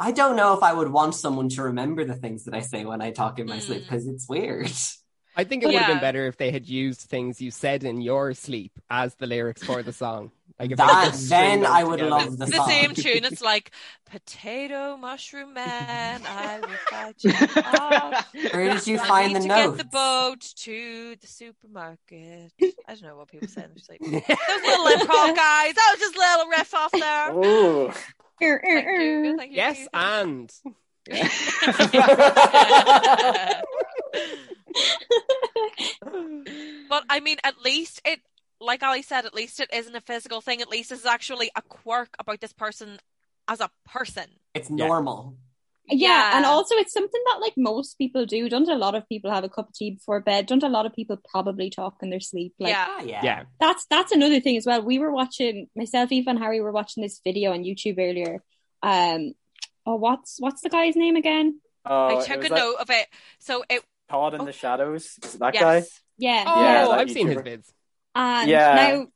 I don't know if I would want someone to remember the things that I say when I talk in my
Hmm.
sleep because it's weird.
I think it would have
Yeah.
been better if they had used things you said in your sleep as the lyrics for the song. Like if they
That-
just stringed
then
them
I would
together.
love the
It's the
song.
same tune. It's like, potato mushroom man, I will fight you off.
Where did you
I
find
need
the
to
note?
get the boat to the supermarket. I don't know what people say in their sleep. Those little improv guys. That was just a little riff off there.
Ooh.
Er, er,
Thank you. Thank
er.
you.
Yes, and
but I mean, at least it, like Ali said, at least it isn't a physical thing. At least it's actually a quirk about this person as a person.
It's
Yeah.
normal.
Yeah, and also it's something that like most people do. Don't a lot of people have a cup of tea before bed? Don't a lot of people probably talk in their sleep? Like
yeah.
Ah, yeah.
yeah,
that's that's another thing as well. We were watching myself, Eva and Harry were watching this video on YouTube earlier. Um oh what's what's the guy's name again?
Oh,
I
it
took
was
a
that
note of it. So it,
Todd in
Oh.
the shadows. Is it that guy?
yes.
Yeah.
oh,
Yeah, that
I've seen his
YouTuber.
vids.
And
Yeah.
now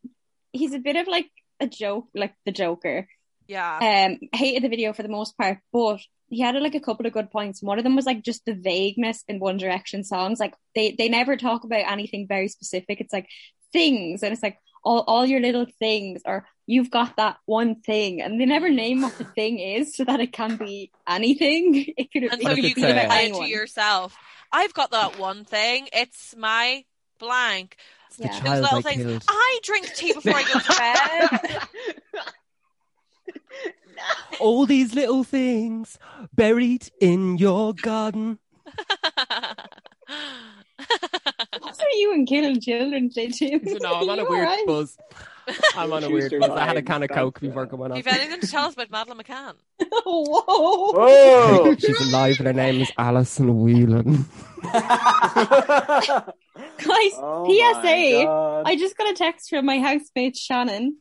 he's a bit of like a joke, like the Joker.
Yeah.
Um, hated the video for the most part, but he had like a couple of good points. One of them was like just the vagueness in One Direction songs. Like they they never talk about anything very specific. It's like things, and it's like all all your little things, or you've got that one thing, and they never name what the thing is, so that it can be anything. It could
And
it
so
could
if
you
it's
be
can
a-
about
apply it to
anyone.
yourself. I've got that one thing. It's my blank.
It's
Yeah. Those
Those little things. I "Ah." drink tea before I go to bed.
All these little things buried in your garden.
What are you and killing children say Jim?
No, I'm on a
You
weird
alright?
buzz. I'm on a weird
Schuster
buzz. I had a
vibes,
can of
thanks
coke
for
before
that.
coming
If
on.
you have anything to tell us about Madeline McCann.
Whoa.
Whoa!
She's alive and her name is Alison Whelan.
Guys,
Oh my
PSA.
God.
I just got a text from my housemate Shannon,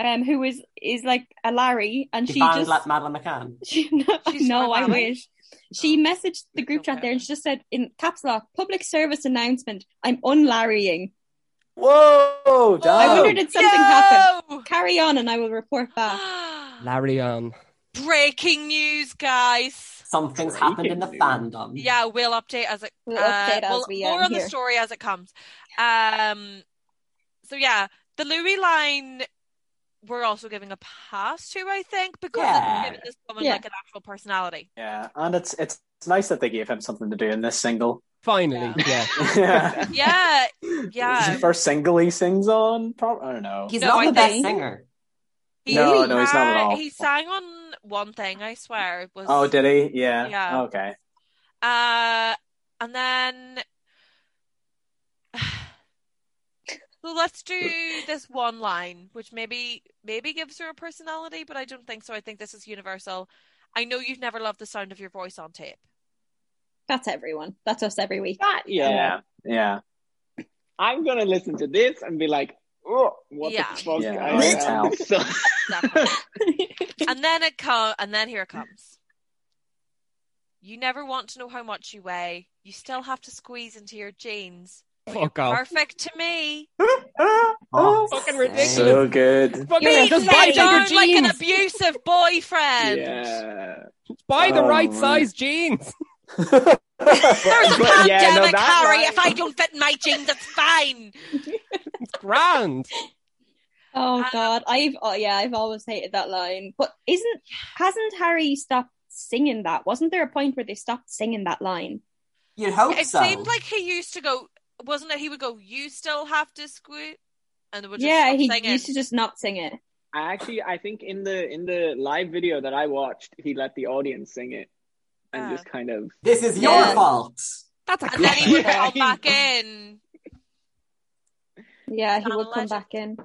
um, who is is like a Larry, and
You
she
found
just
La- Madeline McCann.
she, no,
She's from
no,
Larry?
I
Oh.
wish. She messaged the group
Okay.
chat there, and she just said in caps lock, "Public service announcement: I'm unlarrying."
Whoa!
Oh,
Damn.
I wonder did something happen.
no!
Carry on, and I will report back.
Larry on.
Breaking news, guys.
Something's
Breaking
happened in the
news.
fandom.
Yeah, we'll update as it.
We'll
uh,
update as
well,
we,
more
um,
on the
hear.
story as it comes. Um, so yeah, the Louis line we're also giving a pass to, I think, because
Yeah.
it's given this woman
Yeah.
like an actual personality.
Yeah, and it's it's it's nice that they gave him something to do in this single.
Finally, yeah.
yeah.
Yeah,
It's the
yeah.
first single he sings on. Pro- I don't know.
He's
No,
not
I
the best
think-
singer.
He
No, no, he's not at
sang-
all.
He sang on one thing, I swear. It was
oh, did he? Yeah.
Yeah.
Okay.
Uh, and then so let's do this one line, which maybe maybe gives her a personality, but I don't think so. I think this is universal. I know you've never loved the sound of your voice on tape.
That's everyone. That's us every week.
yeah,
Yeah.
I'm gonna listen to this and be like, oh, what
Yeah.
the fuck?
Yeah.
I
Great
am."
house.
So-
Exactly. and then it comes, and then here it comes. You never want to know how much you weigh. You still have to squeeze into your jeans.
Fuck off.
Perfect to me.
Oh,
fucking
sick.
ridiculous.
So good.
Fucking
Yeah,
Beat
just
me
buy bigger
down like an
jeans.
abusive boyfriend.
yeah.
buy the
Oh,
right
man.
size jeans.
There's a
But-
pandemic,
yeah, no, that
Harry.
line-
If I don't fit in my jeans, it's fine.
It's grand.
Oh
Um,
God, I've oh yeah, I've always hated that line. But isn't hasn't Harry stopped singing that? Wasn't there a point where they stopped singing that line?
You'd hope
It
so.
seemed like he used to go, wasn't it? He would go, "You still have to squeeze," and they would just
yeah,
stop
he
singing.
used to just not sing it.
I actually, I think in the in the live video that I watched, he let the audience sing it and
Ah.
just kind of.
This is your
Yeah.
fault.
That's a
and then he would
good
Yeah,
call
he-
back in.
Yeah, he
Not a
would come
legend.
back in.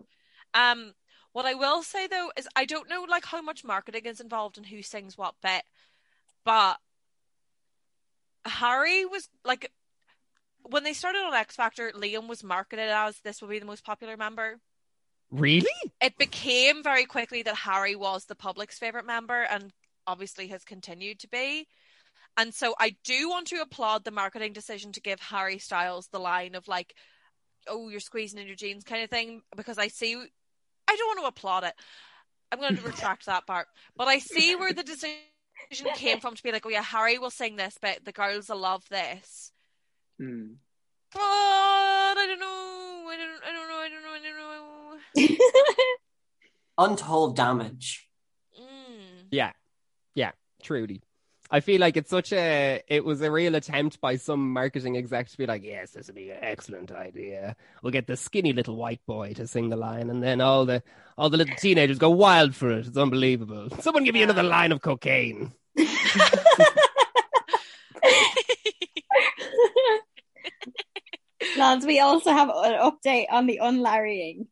Um, what I will say though is I don't know like how much marketing is involved and who sings what bit, but Harry was like when they started on X Factor, Liam was marketed as this will be the most popular member.
Really?
It became very quickly that Harry was the public's favorite member and obviously has continued to be. And so I do want to applaud the marketing decision to give Harry Styles the line of like, oh, you're squeezing in your jeans kind of thing, because I see, I don't want to applaud it. I'm going to retract that part. But I see where the decision came from to be like, oh, yeah, Harry will sing this bit. The girls will love this.
Hmm.
But I don't know. I don't, I don't know. I don't know. I don't know.
Untold damage.
Mm.
Truly. I feel like it's such a it was a real attempt by some marketing exec to be like, yes, this would be an excellent idea. We'll get the skinny little white boy to sing the line, and then all the all the little teenagers go wild for it. It's unbelievable. Someone give me
Yeah.
another line of cocaine.
Lads, we also have an update on the unlarrying.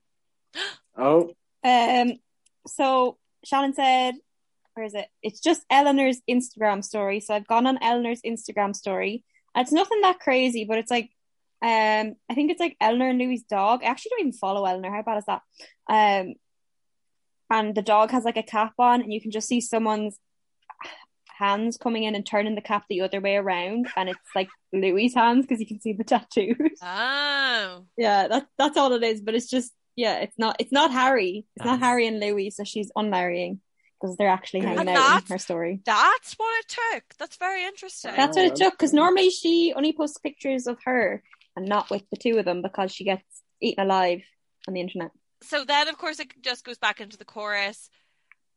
Oh,
Um, so Shannon said, where is it? It's just Eleanor's Instagram story. So I've gone on Eleanor's Instagram story. It's nothing that crazy, but it's like, um, I think it's like Eleanor and Louis' dog. I actually don't even follow Eleanor. How bad is that? Um, and the dog has like a cap on, and you can just see someone's hands coming in and turning the cap the other way around, and it's like Louis' hands because you can see the tattoos.
Oh.
Yeah, that that's all it is. But it's just yeah, it's not it's not Harry. It's not
Nice.
Harry and Louis. So she's unmarrying because they're actually hanging
And
out
that's-
in her story.
That's what it took. That's very interesting.
That's what it
that's
took because normally she only posts pictures of her and not with the two of them because she gets eaten alive on the internet.
so then, of course, it just goes back into the chorus.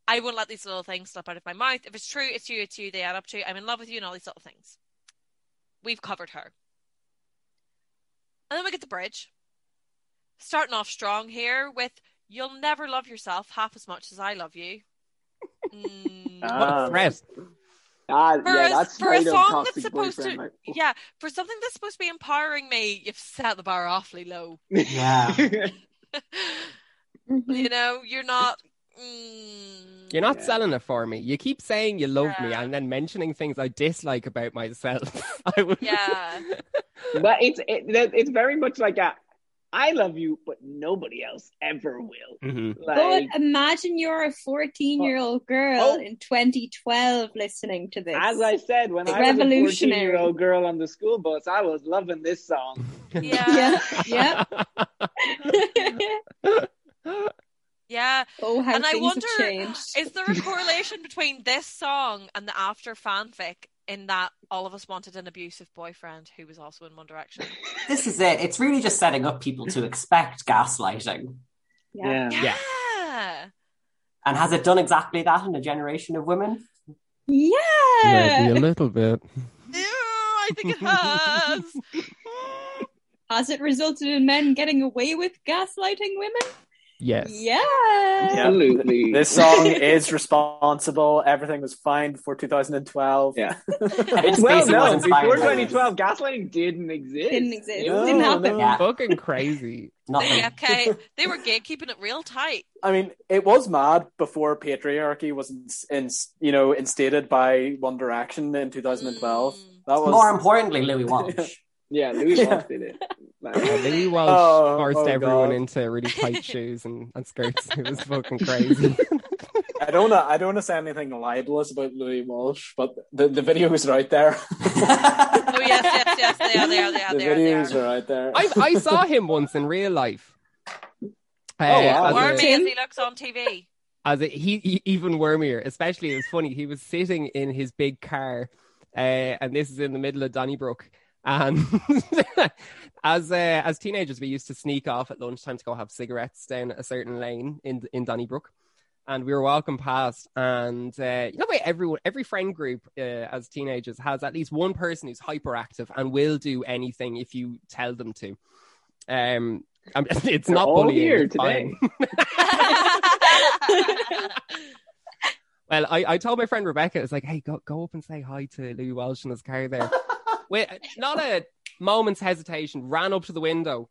I won't let these little things slip out of my mouth. If it's true, it's you, it's you. They add up to. I'm in love with you, and all these little things. We've covered her. And then we get the bridge. Starting off strong here with "You'll never love yourself half as much as I love you." Mm.
What a
Ah.
threat.
Ah,
For
yeah,
a-
that's
for a
straight up
song
toxic
that's supposed to-
boyfriend, like,
yeah, for something that's supposed to be empowering me, you've set the bar awfully low.
Yeah.
Mm-hmm.
you know, you're not. Mm,
You're not
Yeah.
selling it for me. You keep saying you love me
Yeah.
and then mentioning things I dislike about myself. I would
Yeah.
but it's it, that- it's very much like a, I love you, but nobody else ever will.
Mhm.
Like,
but imagine you're a 14 year old girl
Oh.
in 2012 listening to this.
as I said, when
it's
I was a
revolutionary.
fourteen-year-old girl on the school bus, I was loving this song.
Yeah.
yeah, yeah.
Yeah.
oh, how
And I
things
wonder-
have changed.
Is there a correlation between this song and the after fanfic in that all of us wanted an abusive boyfriend who was also in One Direction?
This is it. It's really just setting up people to expect gaslighting.
Yeah.
Yeah.
And has it done exactly that in a generation of women?
Yeah.
little bit.
Ew, I think it has.
Has it resulted in men getting away with gaslighting women?
Yes.
Yeah.
Absolutely.
This song is responsible. Everything was fined for 2012.
Yeah.
Kevin
well,
Spacey
no,
was inspired
before
by this.
2012, gaslighting didn't exist.
Didn't exist.
Oh,
No,
Didn't happen.
Yeah.
Fucking crazy.
Nothing.
The FK, they were gatekeeping it real tight.
I mean, it was mad before patriarchy was, ins- ins- you know, instated by One Direction in 2012.
Mm.
That was
More importantly, Louis Walsh.
Yeah, Louis
Yeah.
Walsh did it.
Yeah,
Like,
Louis Walsh
Oh,
forced
oh
everyone
God.
into really tight shoes and, and skirts. It was fucking crazy.
I don't know. I don't want to say anything libelous about Louis Walsh, but the, the videos are out there.
Oh yes, yes, yes, they are, they are, they are,
the
they are. They are.
videos are. out there.
I, I saw him once in real life. Uh,
Oh, wow.
as a-
Wormy
Tim?
as he looks on TV.
as it, he, he even wormier especially it was funny he was sitting in his big car uh, and this is in the middle of donnybrook and as uh, as teenagers we used to sneak off at lunchtime to go have cigarettes down a certain lane in in donnybrook and we were walking past and uh, you know the way everyone every friend group uh, as teenagers has at least one person who's hyperactive and will do anything if you tell them to um I'm- it's
They're
not
all
bullying
here
it's
today.
fine. Well, I, I told my friend Rebecca, it's like, hey, go go up and say hi to Louis Walsh in his car there. Wait, not a moment's hesitation, ran up to the window,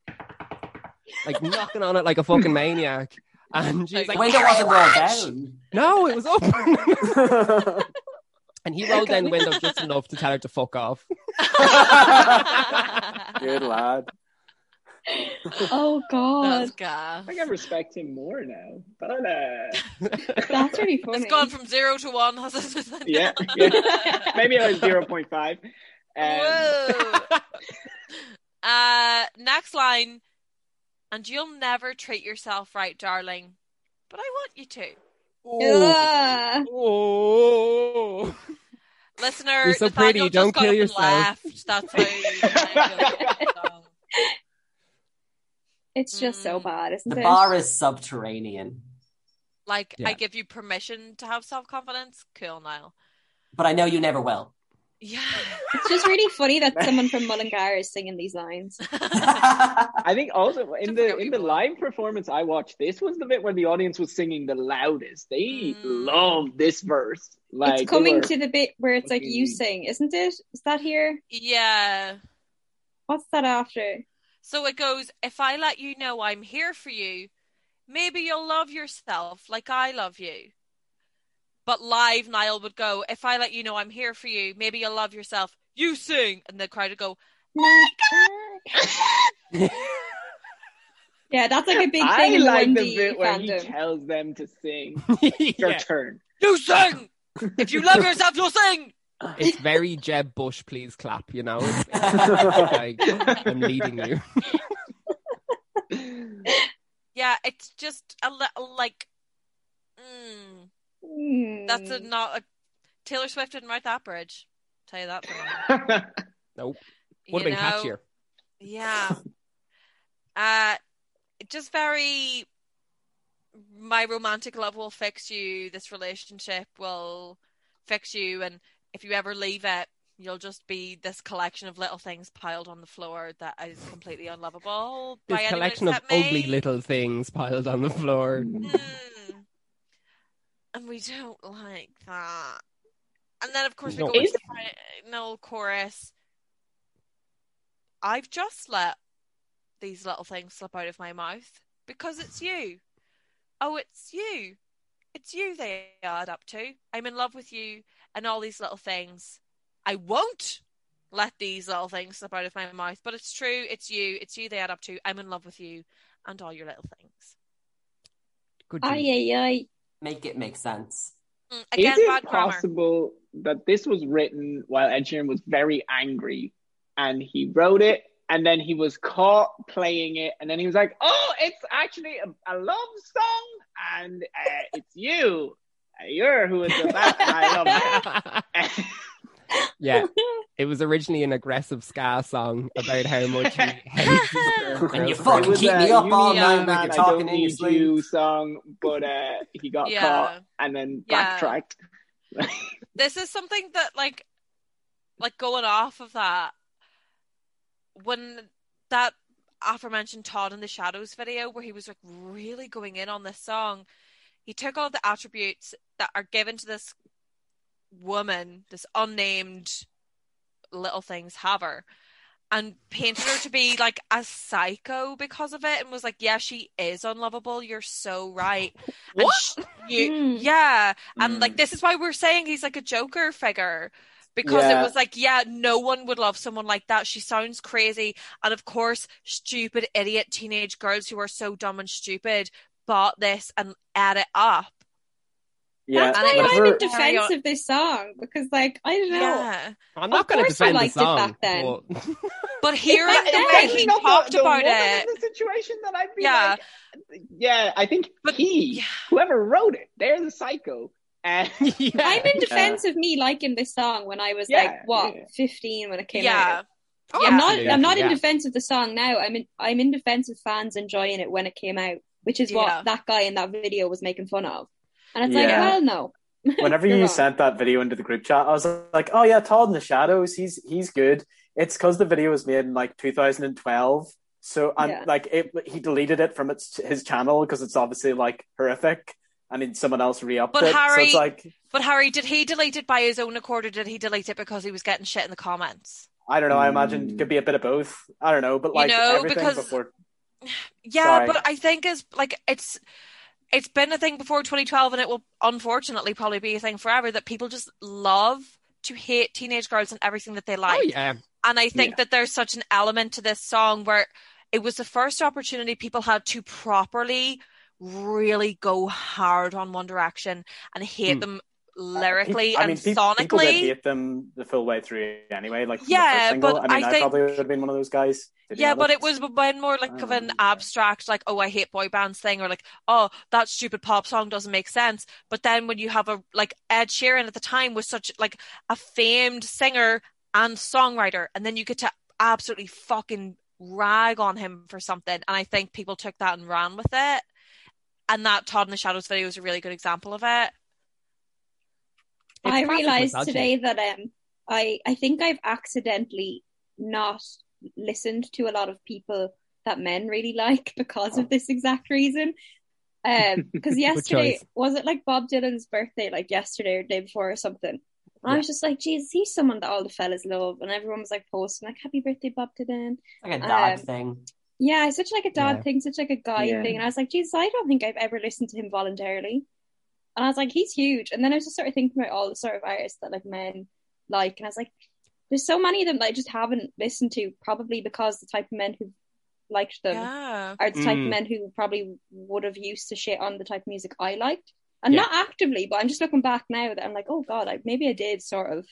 like knocking on it like a fucking maniac. And she's
The
like,
window wasn't rolled down.
no, it was open. and he rolled down the
Okay.
window just enough to tell her to fuck off.
Good lad.
Oh God,
That's gas.
I think I respect him more now. But, uh,
that's really funny.
It's gone from zero to one, hasn't it?
yeah, yeah. Maybe I was 0.5. Um,
Whoa. uh, next line. And you'll never treat yourself right, darling. But I want you to. Mm.
Ah.
Oh.
Listener,
You're so
Nathaniel
pretty,
just
don't
got
kill
up and
yourself.
Left. That's how Nathaniel-
It's just so
Mm.
bad, isn't
The
it?
bar is subterranean.
Like,
Yeah.
I give you permission to have self confidence. Cool, Niall.
But I know you never will.
Yeah.
It's just really funny that someone from Mullingar is singing these lines.
I think also in
Don't
the
forget
in
we
the
won.
live performance I watched, this was the bit where the audience was singing the loudest. They
Mm.
loved this verse. Like
it's coming
they were-
to the bit where it's like you
fucking-
sing, isn't it? Is that here?
yeah.
What's that after?
So it goes, if I let you know I'm here for you, maybe you'll love yourself like I love you. But live, Niall would go, if I let you know I'm here for you, maybe you'll love yourself. You sing. And the crowd would go,
yeah, that's like a big
I
thing in
like
the
the
1D
bit where he
fandom.
tells them to sing. Your
yeah.
turn.
You sing! If you love yourself, you'll sing!
It's very Jeb Bush, please clap, you know? It's- it's like, I'm leading you.
Yeah, it's just a little like, mm,
Hmm.
that's a, not a. Taylor Swift didn't write that bridge. Tell you that. for now.
Nope.
You
Would have been
know?
catchier.
Yeah. Uh just very my romantic love will fix you, this relationship will fix you and if you ever leave it, you'll just be this collection of little things piled on the floor that is completely unlovable by
This
anyone
collection of
except me.
ugly little things piled on the floor.
Hmm. And we don't like that. And then, of course, we
No.
go into
Is-
the final chorus. I've just let these little things slip out of my mouth because it's you. Oh, it's you. It's you they add up to. I'm in love with you and all these little things. I won't let these little things slip out of my mouth, but it's true. It's you. It's you they add up to. I'm in love with you and all your little things.
Good
Aye,
grief.
aye, aye.
Make it make sense.
Mm, Again,
Is
bad
it
grammar.
possible that this was written while Ed Sheeran was very angry and he wrote it and then he was caught playing it and then he was like, oh, it's actually a, a love song and uh, it's you. Uh, You're who is the man I love.
yeah, it was originally an aggressive ska song about how much he hates his
And you
girlfriend.
It
fucking
was
keep
a
me up all
uh, Union
night when
Man,
you're
I
talking
Don't
in your
Need you
sleep.
song, but uh, he got
Yeah.
caught and then
Yeah.
backtracked.
this is something that like like going off of that when that aforementioned Todd in the Shadows video where he was like really going in on this song. He took all the attributes that are given to this woman, this unnamed little things haver, and painted her to be like a psycho because of it and was like, Yeah, she is unlovable. You're so right. And
What?
sh- you-
Mm.
yeah. And
Mm.
like this is why we're saying he's like a Joker figure. Because
Yeah.
it was like, yeah, no one would love someone like that. She sounds crazy. And of course, stupid, idiot teenage girls who are so dumb and stupid bought this and add it up.
Yeah,
That's why
whenever-
I'm in defense of this song because, like, I don't know.
Yeah.
I'm
Of
not going to
course I
defend the
liked it
song.
back then.
but-
But here
It's
is
like
the
that.
way
Isn't
he
not
talked
the,
about
the woman
it.
in the situation that I'd be
Yeah.
like, yeah, I think
But-
he,
yeah.
whoever wrote it, they're the psycho. And
Yeah.
I'm in defense of me liking this song when I was
Yeah,
like what
yeah.
15 when it came
yeah.
out.
Oh,
Yeah.
I'm not
absolutely,
I'm not
yeah.
in defense of the song now. I'm in I'm in defense of fans enjoying it when it came out, which is what
Yeah.
that guy in that video was making fun of. And it's like,
Yeah.
well, no.
whenever
You're
you
wrong.
sent that video into the group chat, I was like, "Oh yeah, Todd in the Shadows, he's he's good." It's because the video was made in like 2012, so I'm
Yeah.
like, it, he deleted it from its, his channel because it's obviously like horrific, and then someone else re-upped
But
it. so
Harry-
it's like
But Harry, did he delete it by his own accord or did he delete it because he was getting shit in the comments?
I don't know. I imagine
Mm.
it could be a bit of both. I don't know, but
You
like
know,
everything
because-
before.
Yeah,
Sorry.
but I think is like it's it's been a thing before 2012 and it will unfortunately probably be a thing forever that people just love to hate teenage girls and everything that they like.
Oh, yeah.
And I think that there's such an element to this song where it was the first opportunity people had to properly really go hard on One Direction and hate
Hmm.
them lyrically
I
and
mean, pe- people did
sonically.
hate them the full way through anyway. Like, from the
Yeah,
first single.
but
I mean,
I
I,
think-
probably would have been one of those guys. to be
Yeah, but it
honest.
was when more like of an
Um,
abstract, like, oh, I hate boy bands thing, or like, oh, that stupid pop song doesn't make sense. But then when you have a like Ed Sheeran at the time was such like a famed singer and songwriter, and then you get to absolutely fucking rag on him for something. And I think people took that and ran with it. And that Todd in the Shadows video is a really good example of it.
It's
I
classic
realized
misogyny.
today that um I I think I've accidentally not listened to a lot of people that men really like because of this exact reason. Um because yesterday
choice.
was it like Bob Dylan's birthday like yesterday or the day before or something. And I
Yeah.
was just like, Jesus, he's someone that all the fellas love and everyone was like posting like happy birthday Bob Dylan.
Like a dog
Um,
thing.
Yeah, it's such like a dad
Yeah.
thing, such like a guy
Yeah.
thing. And I was like, Jesus, I don't think I've ever listened to him voluntarily. And I was like, he's huge. And then I was just sort of thinking about all the sort of artists that like men like. And I was like, there's so many of them that I just haven't listened to, probably because the type of men who liked them
Yeah.
are the type of
Mm.
men who probably would have used to shit on the type of music I liked. And
Yeah.
not actively, but I'm just looking back now that I'm like, oh God, I, maybe I did sort of.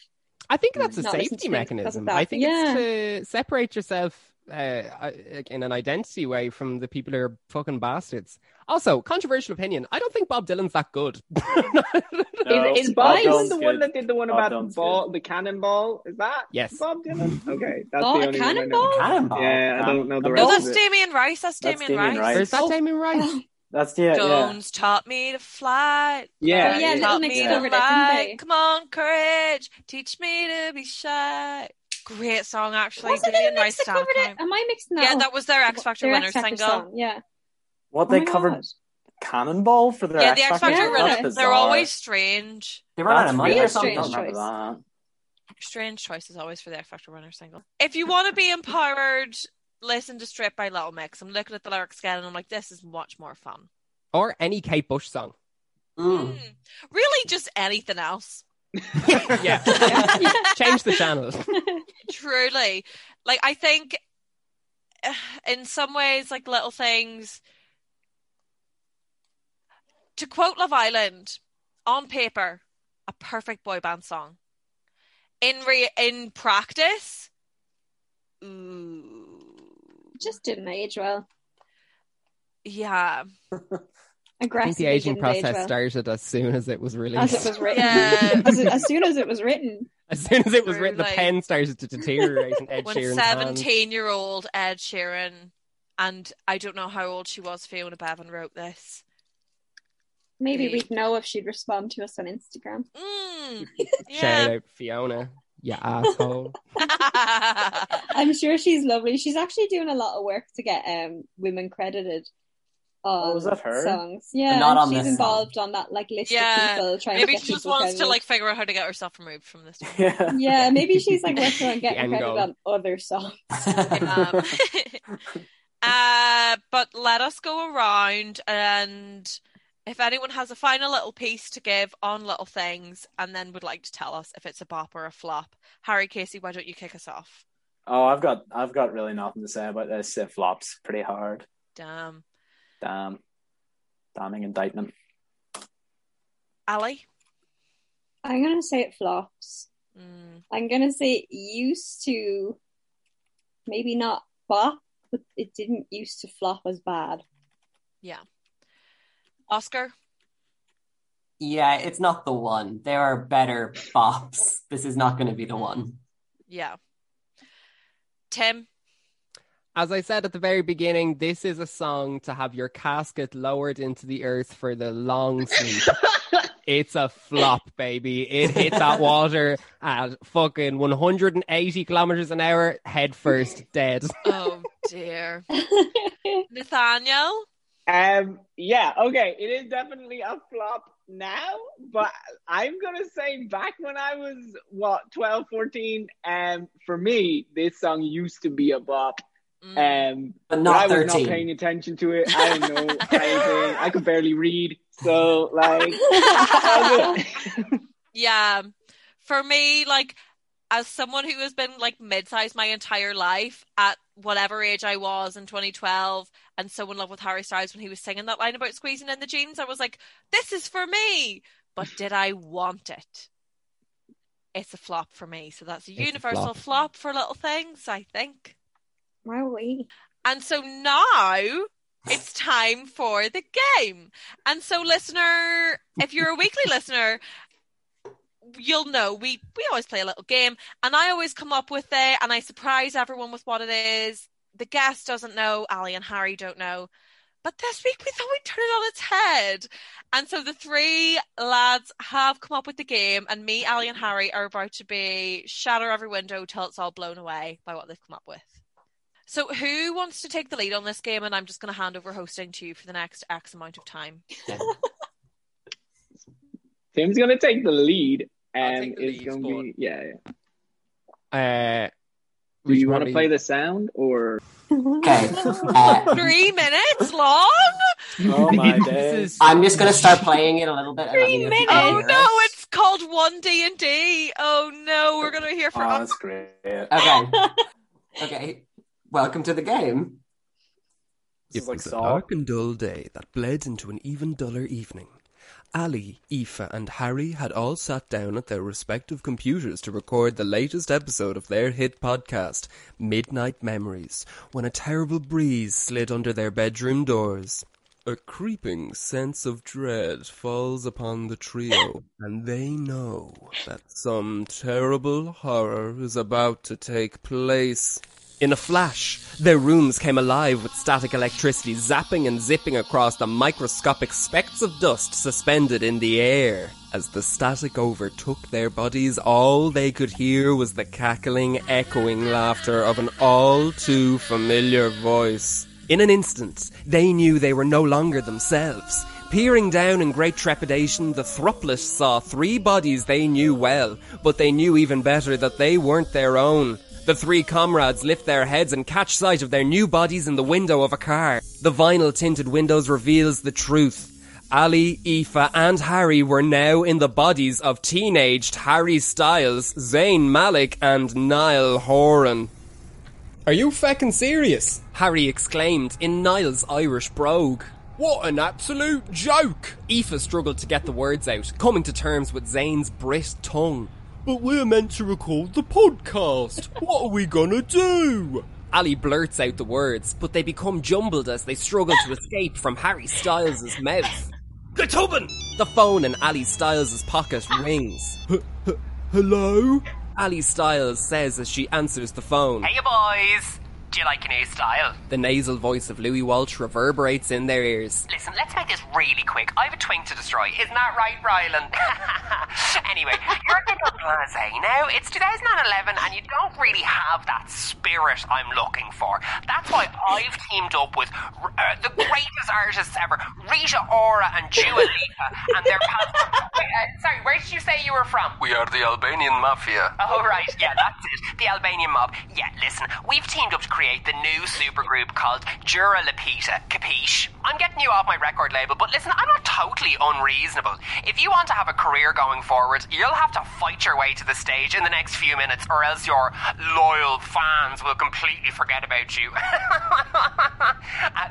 I think that's a
Hmm, Not listen to
safety
things because of
mechanism.
that.
I think it's to separate yourself uh, I- in an identity way from the people who are fucking bastards. Also, controversial opinion. I don't think Bob Dylan's that good.
No,
Is- is
Bob
Bob
Dylan's
the one
good.
that did the one
Bob
about
Dylan's
the ball, the cannonball? Is that
Yes.
Bob Dylan? Okay, that's
Oh,
the
a
only one I know.
cannonball?
Oh,
Cannonball.
Yeah, I don't know the
No,
No,
rest
that's
of it.
Damien Rice. That's
That's
Damien
Damien
Rice.
Rice.
Where's that
Oh.
Damien Rice?
That's yeah, yeah.
Jones taught me to fly.
Yeah,
oh yeah,
yeah.
Little
Taught
Mix
me to
covered it, didn't
lie.
they?
Come on, courage. Teach me to be shy. Great song, actually.
Was it
Damien
Little Mix
Rice
that
down
covered it?
time.
Am I mixing that
Yeah,
up?
that was their X Factor
Their
winner
Oh, X Factor
single.
song, yeah.
What
Oh
they
my
covered
God.
Cannonball for their
yeah,
X
the X
Factor.
Factor
Yeah.
winner.
That's bizarre.
They're always strange.
They run out
That's
of money
really
or
weird.
something.
strange.
Strange
Don't remember
choice.
that.
Strange choices always for the X Factor winner single. If you want to be empowered, listen to Straight by Little Mix. I'm looking at the lyrics again and I'm like, this is much more fun.
Or any Kate Bush song?
Mm.
Mm. Really, just anything else.
yeah. Change the channel.
Truly. Like, I think uh, in some ways, like little things. To quote Love Island, on paper, a perfect boy band song. In re- in practice, ooh,
Just didn't age well.
yeah,
I think
Aggressively
the aging
didn't age
process
well.
started as soon as it was
as
released.
it was written.
Yeah.
as, as soon as it was written.
as soon as it was
True,
written, the
like-
pen started to deteriorate in Ed
when
Sheeran's hands.
seventeen-year-old Ed Sheeran and I don't know how old she was, Fiona Bevan wrote this.
Maybe
Yeah.
we'd know if she'd respond to us on Instagram.
Mm,
Shout
yeah,
out Fiona.
you asshole.
I'm sure she's lovely. She's actually doing a lot of work to get um women credited. On
Oh, is that her?
Songs, yeah.
But not
and
on
she's
this song.
involved on that like list
Yeah.
of people trying to
Maybe
get
she just
people
wants to
credited.
like figure out how to get herself removed from this. One.
Yeah.
Yeah, maybe she's like working on
The
getting
end
credit
goal.
on other songs.
Um, uh, but let us go around and if anyone has a final little piece to give on little things and then would like to tell us if it's a bop or a flop. Harry Casey, why don't you kick us off?
Oh, I've got I've got really nothing to say about this. It flops pretty hard.
Damn.
Damn. Damning indictment.
Ali?
I'm gonna say it flops.
Mm.
I'm gonna say it used to maybe not bop, but it didn't used to flop as bad.
Oscar?
yeah, it's not the one. There are better bops. This is not going to be the one.
Yeah. Tim?
As I said at the very beginning, this is a song to have your casket lowered into the earth for the long sleep. it's a flop, baby. It hit that water at fucking 180 kilometers an hour, head first, dead.
Oh dear. Nathaniel?
Um, yeah, okay, it is definitely a flop now, but I'm gonna say back when I was what 12, 14, um, for me, this song used to be a bop.
Mm.
Um,
But
but I
not
was
13.
not paying attention to it. I didn't know anything. I could barely read, so like, I'll do it.
Yeah. For me, like, as someone who has been like mid-sized my entire life, at whatever age I was in 2012, and so in love with Harry Styles when he was singing that line about squeezing in the jeans, I was like, this is for me. But did I want it? It's a flop for me. So that's a
a
universal
flop.
flop for little things, I think.
Why are we?
And so now it's time for the game. And so, listener, if you're a weekly listener, you'll know we, we always play a little game, and I always come up with it, and I surprise everyone with what it is. The guest doesn't know, Ali and Harry don't know. But this week we thought we'd turn it on its head. And so the three lads have come up with the game, and me, Ali, and Harry are about to be shatter every window till it's all blown away by what they've come up with. So, who wants to take the lead on this game? And I'm just going to hand over hosting to you for the next X amount of time.
Yeah.
Tim's gonna take the lead,
I'll
and
take the
it's
lead,
gonna
sport.
be yeah. yeah.
Uh,
Do
would
you want to
me-
play the sound or?
Okay. Uh,
Three minutes long?
Oh my
This
days.
is
I'm just going to start playing it a little bit. and let
Three
me know if you can
Oh
hear
no,
it.
it's called One D and D. Oh no, we're going to hear for
Oh, that's great. This
Okay. Okay. Welcome to the game.
is like
was a
Saw.
dark and dull day that bled into an even duller evening. Ali, Aoife, and Harry had all sat down at their respective computers to record the latest episode of their hit podcast, Midnight Memories, when a terrible breeze slid under their bedroom doors. A creeping sense of dread falls upon the trio, and they know that some terrible horror is about to take place. In a flash, their rooms came alive with static electricity zapping and zipping across the microscopic specks of dust suspended in the air. As the static overtook their bodies, all they could hear was the cackling, echoing laughter of an all too familiar voice. In an instant, they knew they were no longer themselves. Peering down in great trepidation, the Thruplets saw three bodies they knew well, but they knew even better that they weren't their own. The three comrades lift their heads and catch sight of their new bodies in the window of a car. The vinyl tinted windows reveals the truth. Ali, Aoife, and Harry were now in the bodies of teenaged Harry Styles, Zayn Malik, and Niall Horan. Are you fucking serious? Harry exclaimed in Niall's Irish brogue. What an absolute joke! Aoife struggled to get the words out, coming to terms with Zane's Brit tongue. But we're meant to record the podcast. what are we gonna do? Ali blurts out the words, but they become jumbled as they struggle to escape from Harry Styles' mouth. Gatubin! The phone in Ali Styles' pocket rings. Hello? Ali Styles says as she answers the phone.
Hey, boys. Do you like your new style?
The nasal voice of Louis Walsh reverberates in their ears.
Listen, let's make this really quick. I have a twink to destroy. Isn't that right, Rylan? anyway, your little plan
Jose. Now, it's 2011 and you don't really have that spirit I'm looking for. That's why I've teamed up with uh, the greatest artists ever, Rita Ora and Dua Lipa, and their past... Wait, uh, sorry, where did you say you were from?
We are the Albanian mafia.
Oh, right, yeah, that's it. The Albanian mob. Yeah, listen, we've teamed up to create the new supergroup called Jura Lapita. Capiche? I'm getting you off my record label, but listen, I'm not totally unreasonable. If you want to have a career going forward, you'll have to fight your way to the stage in the next few minutes, or else your loyal fans will completely forget about you. uh,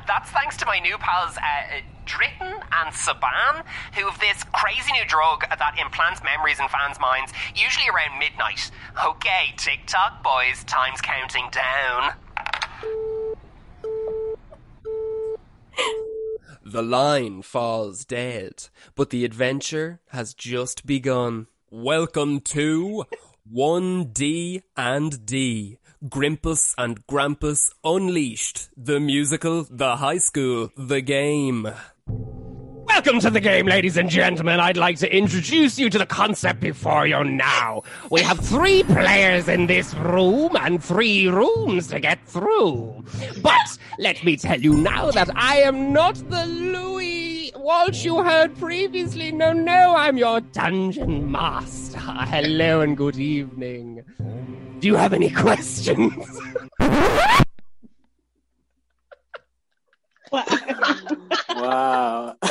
that's thanks to my new pals, uh, Dritten and Saban, who have this crazy new drug that implants memories in fans' minds, usually around midnight. Okay, TikTok boys, time's counting down.
The line falls dead, but the adventure has just begun. Welcome to 1D and D. Grimpus and Grampus Unleashed, the musical, the high school, the game.
Welcome to the game, ladies and gentlemen. I'd like to introduce you to the concept before you now. We have three players in this room and three rooms to get through. But let me tell you now that I am not the Louis Walsh you heard previously. No, no, I'm your dungeon master. Hello and good evening. Do you have any questions?
Wow.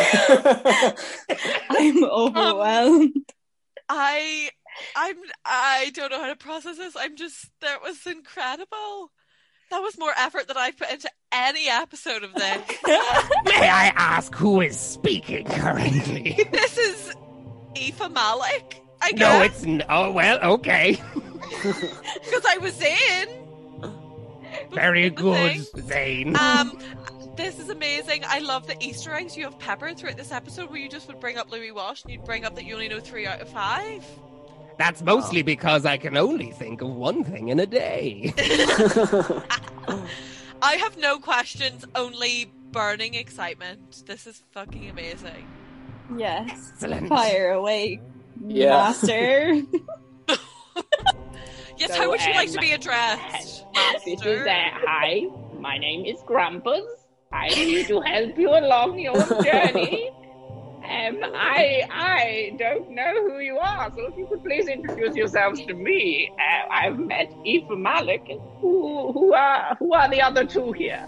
I'm overwhelmed.
I I'm I don't know how to process this. I'm just that was incredible. That was more effort than I've put into any episode of this.
May I ask who is speaking currently?
this is Aoife Malik, I
no,
guess.
it's. N- oh, well, okay.
Because I was in.
Very
The
good,
thing.
Zane.
Um this is amazing. I love the Easter eggs you have peppered throughout this episode where you just would bring up Louis Walsh and you'd bring up that you only know three out of five.
That's mostly because I can only think of one thing in a day.
I have no questions, only burning excitement. This is fucking amazing.
Yes.
Excellent.
Fire away,
Yeah.
master.
Yes,
So,
how would you like to
um,
be addressed?
This
Master?
is uh, hi. My name is Grampus. I'm here to help you along your journey. Um, I I don't know who you are, so if you could please introduce yourselves to me. Uh, I've met Aoife Malik. Who who are who are the other two here?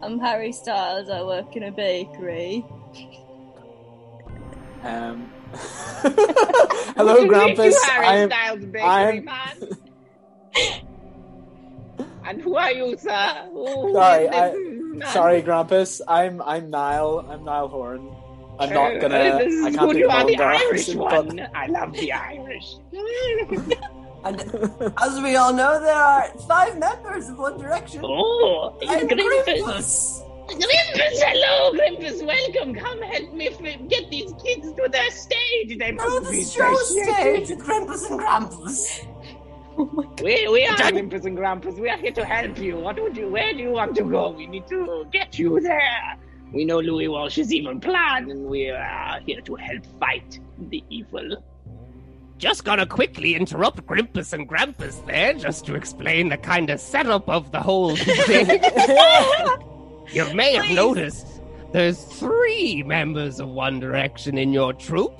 I'm Harry Styles. I work in a bakery.
Um, hello,
Good to meet
Grampus.
You, Harry
I'm,
Styles, bakery
I'm-
man. and who are you, sir? Who- who is
Sorry,
this
I-
man?
sorry, Grampus. I'm I'm Niall. I'm Niall Horn. I'm not gonna.
Uh,
I
this is
can't
good.
do
You
my
are
own
the
Garth,
Irish
but-
one. I love the Irish.
And as we all know, there are five members of One Direction.
oh,
I'm
Grimpus.
Grimpus.
Grimpus, hello, Grimpus. Welcome. Come help me f- get these kids to the stage. They
Through
must be
the show
satiated.
stage with Grimpus and Grampus.
We, we are Grimpus and Grampus. We are here to help you. What would you? Where do you want to go? We need to get you there. We know Louis Walsh's evil plan, and we are here to help fight the evil.
Just gonna quickly interrupt Grimpus and Grampus there, just to explain the kind of setup of the whole thing. you may have noticed there's three members of One Direction in your troupe,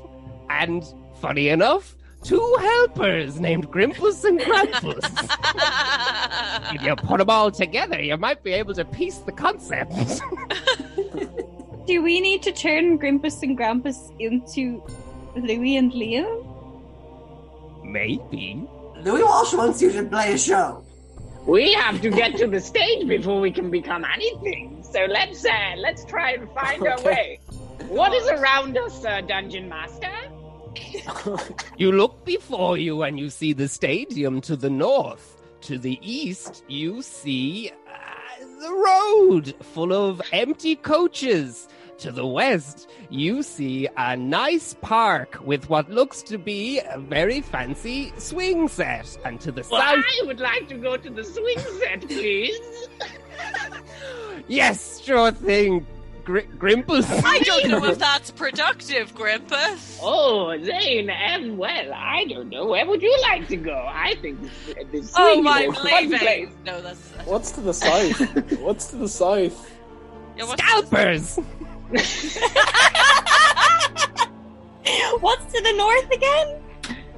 and funny enough, two helpers named Grimpus and Grampus. if you put them all together, you might be able to piece the concept.
Do we need to turn Grimpus and Grampus into Louis and Liam?
Maybe.
Louis Walsh wants you to play a show.
We have to get to the stage before we can become anything. So let's uh, let's try and find our way. What is around us, uh, Dungeon Master?
You look before you and you see the stadium to the north. To the east, you see uh, the road full of empty coaches. To the west, you see a nice park with what looks to be a very fancy swing set. And to the
Well,
south,
I would like to go to the swing set, please.
yes, sure thing, Gr- Grimpus.
I don't know if that's productive, Grimpus.
Oh, Zane, um, well, I don't know. Where would you like to go? I think this, this
Oh,
swing
my
is a fun place.
leaving. No, that's.
What's to the south? What's to the south?
Scalpers!
What's to the north again?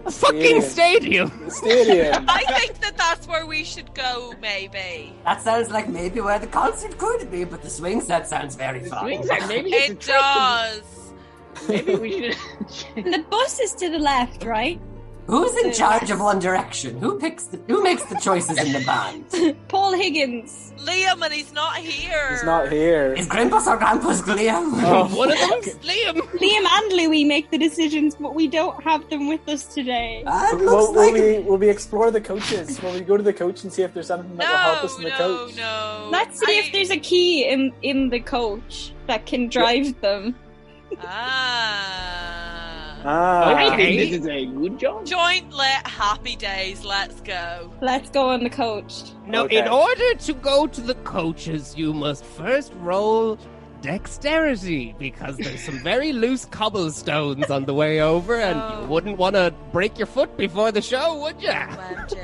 Fucking stadium.
Stadium.
I think that that's where we should go, maybe.
That sounds like maybe where the concert could be, but the swing set sounds very fun.
swing set, maybe it's a
It
trick and-
does.
Maybe we should.
The bus is to the left, right?
Who's in charge of One Direction? Who picks? The, who makes the choices in the band?
Paul Higgins.
Liam, and he's not here.
It's not here.
Is Grimpus or Grampus Liam?
Uh,
Oh,
One of them's Liam.
Liam and Louis make the decisions, but we don't have them with us today.
That
Will,
looks
will, will
like
we will we explore the coaches? Will we go to the coach and see if there's anything that will help us in the
No,
coach?
no, no.
Let's see if there's a key in in the coach that can drive them.
Ah.
Ah,
I
Okay.
think this is a good job.
Joint lit happy days. Let's go.
Let's go on the coach.
No,
Okay.
in order to go to the coaches, you must first roll dexterity because there's some very loose cobblestones on the way over, and
Oh.
you wouldn't want to break your foot before the show, would you?
OMG.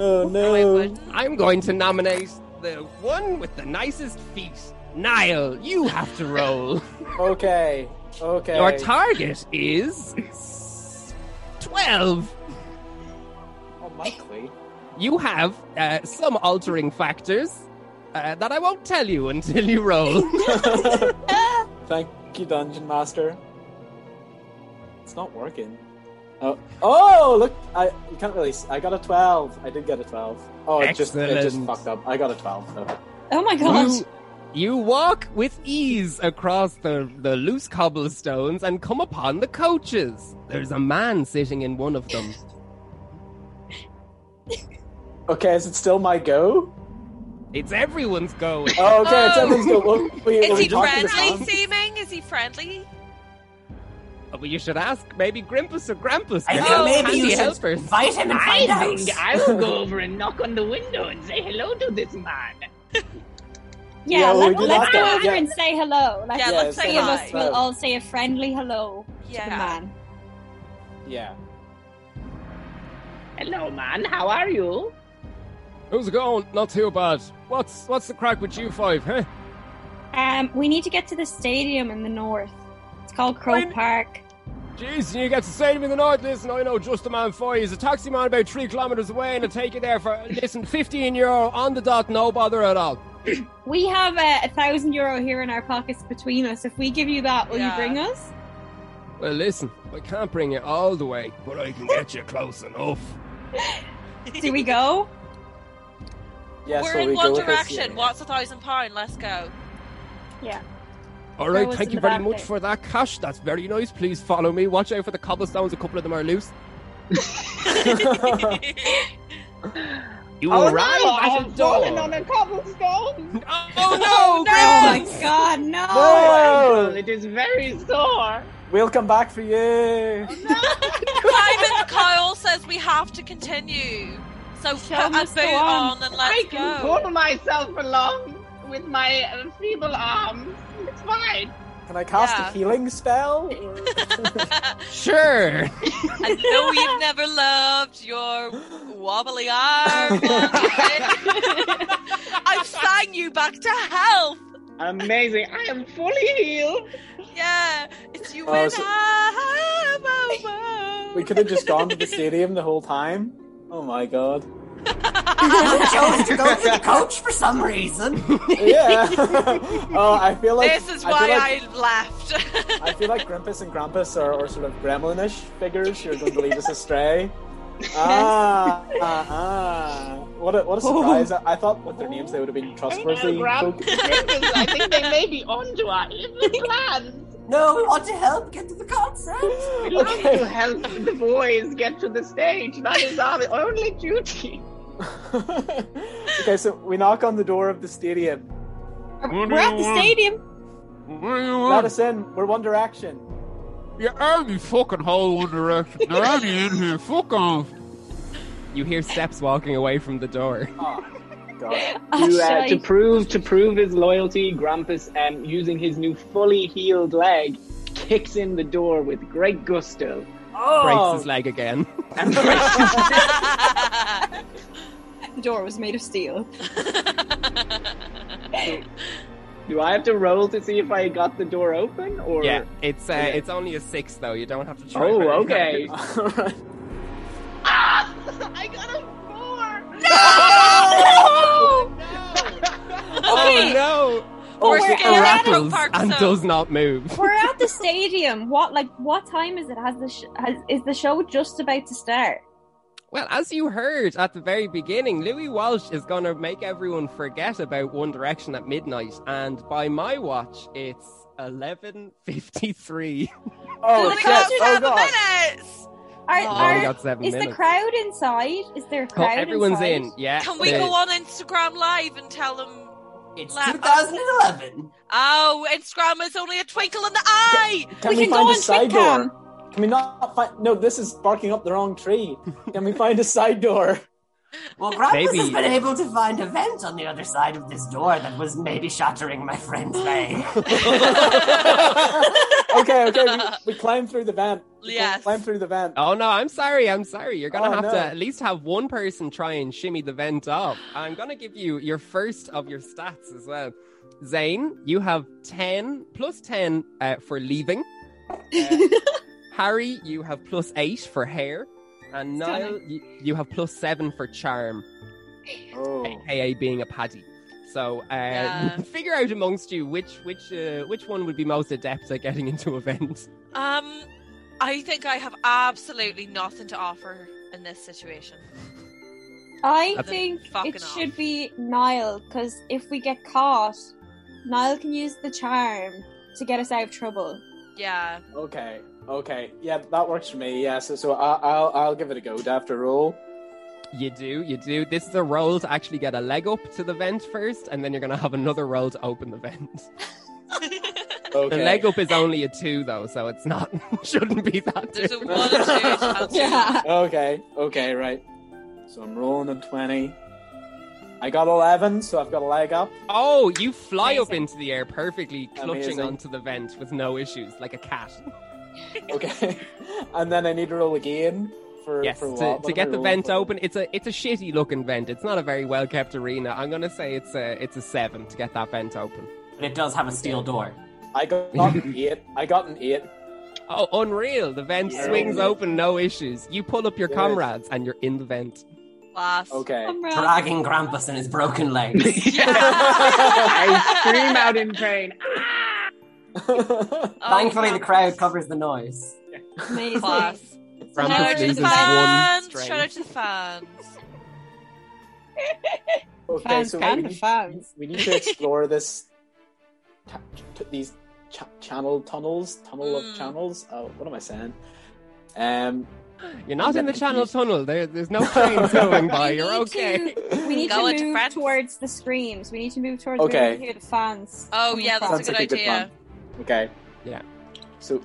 oh
No, I
no!
wouldn't.
I'm going to nominate the one with the nicest feet. Niall, you have to roll.
Okay, okay.
Your target is 12.
Oh, Unlikely.
You have uh, some altering factors uh, that I won't tell you until you roll.
Thank you, Dungeon Master. It's not working. Oh, oh look! I you can't really. See. I got a twelve. I did get a twelve. Oh, it just it just
Excellent.
fucked up. I got a twelve. though.
Oh my god.
You, you walk with ease across the, the loose cobblestones and come upon the coaches. There's a man sitting in one of them.
Okay, is it still my go?
It's everyone's go.
Oh, okay, it's
Oh.
everyone's go. Well, we,
Is
we
he
talked to this
friendly
man.
seeming? Is he friendly?
But you should ask maybe Grimpus or Grampus.
I
They're
think
Oh,
maybe you
handy
should
helpers.
invite him and find
I
out.
think I will go over and knock on the window and say hello to this man.
yeah,
Yeah,
let,
we did
us
that.
go over
Yeah.
and say hello. Let's,
Yeah,
Yeah,
let's
it's
say
three of us
hi.
fine.
will all say a friendly hello to the
Yeah.
man.
Yeah.
Hello, man. How are you?
Who's it going? Not too bad. What's what's the crack with you five, huh?
Um, we need to get to the stadium in the north. It's called Crow
When-
Park.
Jeez, you get to save him in the night. Listen, I know just the man for you. He's a taxi man about three kilometers away, and I'll take you there for, listen, 15 euro on the dot, no bother at all.
We have uh, a thousand euro here in our pockets between us. If we give you that, will
Yeah.
you bring us?
Well, listen, I can't bring you all the way, but I can get you close enough.
Do we go?
Yeah,
We're
so
in
we
one
go with this,
direction.
yeah.
What's a thousand pound? Let's go.
All
There
right,
was
thank
in
you
the
very
back
much
there.
for that cash. That's very nice. Please follow me. Watch out for the cobblestones. A couple of them are loose. You
oh,
arrive
no, I
at
have
the door.
fallen on a cobblestone.
Oh
Oh
no!
my god, no!
No!
It is very sore.
Oh, We'll come back for you.
Private Kyle says we have to continue. So
Show
put a
must go
boot
on.
on and
I
let's
can
go.
pull myself along with my uh, feeble arms. It's fine.
Can I cast
Yeah.
a healing spell?
Sure.
I know you've never loved your wobbly arm. I've sang you back to health.
Amazing. I am fully healed.
Yeah, it's you
Oh,
and
so-
I.
we could have just gone to the stadium the whole time. Oh my god.
Who chose to go to the coach for some reason?
Yeah. oh, I feel like
this is
I
why
feel
I,
like,
left.
I feel like Grumpus and Grampus are, are sort of gremlinish figures who are going to lead us astray. Ah, ah, ah. What a, what a surprise! I, I thought with their names they would have been
Hello,
trustworthy.
Grump.
folk.
I think they may be onto our evil plans.
No, we want to help get to the concert.
We love to
Okay.
help the boys get to the stage. That is our only duty.
okay, so we knock on the door of the stadium.
We're at the stadium.
Let us in. We're One Direction.
Yeah, I'm the fucking whole One Direction. They're already in here. Fuck off.
You hear steps walking away from the door.
Oh. God.
to, uh,
Actually-
to prove to prove his loyalty, Grampus, um, using his new fully healed leg, kicks in the door with great gusto.
Oh.
Oh.
Breaks his leg again.
The door was made of steel.
Do I have to roll to see if I got the door open? Or
yeah, it's uh,
Okay.
it's only a six though. You don't have to try.
Oh,
very
okay.
hard.
Ah! I got a four!
Okay.
Oh no!
Oh, we're in a
rattles
park,
and
so-
does not move.
We're at the stadium. What like what time is it? Has the sh- has, is the show just about to start?
Well, as you heard at the very beginning, Louis Walsh is going to make everyone forget about One Direction at midnight, and by my watch, it's eleven fifty-three.
Oh,
shit.
half
Oh,
a
God.
minutes.
Are,
We've
are-
only got seven
is the
minutes. Oh,
crowd inside? Is there a crowd?
everyone's
inside?
in, yeah.
Can we
They-
go on Instagram Live and tell them? It's
2011.
Oh, Instagram is only a twinkle in the eye.
Can we, find a side door? Can we not find? No, this is barking up the wrong tree. Can we find a side door?
Well, Grampus has
Maybe-
been able to find a vent on the other side of this door that was maybe shattering my friend's leg.
okay, okay, we, we climb through the vent. We
Yes.
climb through the vent.
Oh no, I'm sorry, I'm sorry. You're gonna
Oh,
have
no.
to at least have one person try and shimmy the vent off. I'm gonna give you your first of your stats as well. Zane, you have 10 plus 10 uh, for leaving. Uh, Harry, you have plus 8 for hair. And
Stunning.
Niall, you, you have plus 7 for charm, aka being a paddy. So uh,
Yeah.
figure out amongst you which which uh, which one would be most adept at getting into a vent.
Um, I think I have absolutely nothing to offer in this situation.
I
That's-
think
Fucking
it
off.
should be Niall because if we get caught, Niall can use the charm to get us out of trouble.
Yeah.
Okay, okay, yeah, that works for me. Yeah, so so I, I'll I'll give it a go. Do I have to roll?
You do, you do. This is a roll to actually get a leg up to the vent first, and then you're going to have another roll to open the vent.
Okay.
The leg up is only a two, though, so it's not, shouldn't be that.
There's a
different.
one, a two, a two.
Yeah.
Okay, okay, right. So I'm rolling a twenty. I got eleven, so I've got a leg up.
Oh, you fly up into the air perfectly, clutching
Amazing.
onto the vent with no issues, like a cat.
Okay, and then I need to roll again for
yes,
for
to,
what?
to
What
get
am I
the
rolling
vent
for?
open, it's a it's a shitty looking vent. It's not a very well kept arena. I'm gonna say it's a it's a seven to get that vent open.
But it does have a steel door.
I got an eight. I got an eight.
Oh, unreal! The vent
Yeah.
swings open, no issues. You pull up your
Yes.
comrades, and you're in the vent.
Class.
Okay.
Dragging Grampus and his broken legs.
I scream out in pain.
Oh,
Thankfully, the crowd covers the noise.
Amazing.
Class. Shout
Grampus
out to
loses
the
one
fans.
strength.
Shout out to the fans.
Okay,
Fans
so
can
we
be
need,
fans.
we need to explore this. Cha- t- these cha- channel tunnels, tunnel of
Hmm.
channels. Oh, what am I saying? Um,
You're not
I'm
in the
getting
channel
confused.
tunnel. There, there's no trains going by. You're okay.
We need
Go
to
into
move
France.
towards the screams. We need to move towards
Okay.
where we hear the fans.
Oh,
From the
yeah, that's
front.
a good idea.
plan. Okay.
Yeah.
So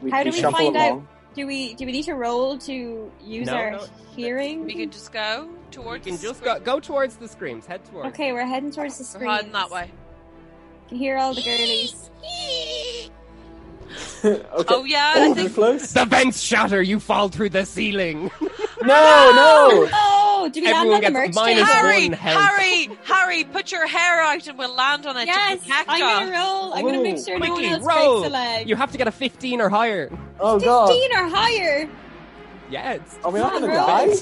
we,
How do we
shuffle
find out?
along.
Do we do we need to roll to use
No,
our
no.
hearing?
We can just go
You
towards.
can just go, go towards the screams. Head towards.
Okay, we're heading towards the
We're
screams.
heading that way.
You can hear all the girlies.
okay.
Oh yeah, I
Oh,
think
we're close.
The vents shatter. You fall through the ceiling.
No, no.
Oh, do we land
Everyone
on the
gets
merch
minus
table?
Harry,
one health.
Harry, Harry, put your hair out and we'll land on it. to
Yes,
protect
I'm
us.
gonna roll. I'm gonna make
Ooh,
sure no one
Quickly
else
roll.
breaks a leg.
You have to get a 15 or higher.
Oh god.
15 or higher.
Yeah, it's
Are we not
Come
gonna
on,
die?
roll.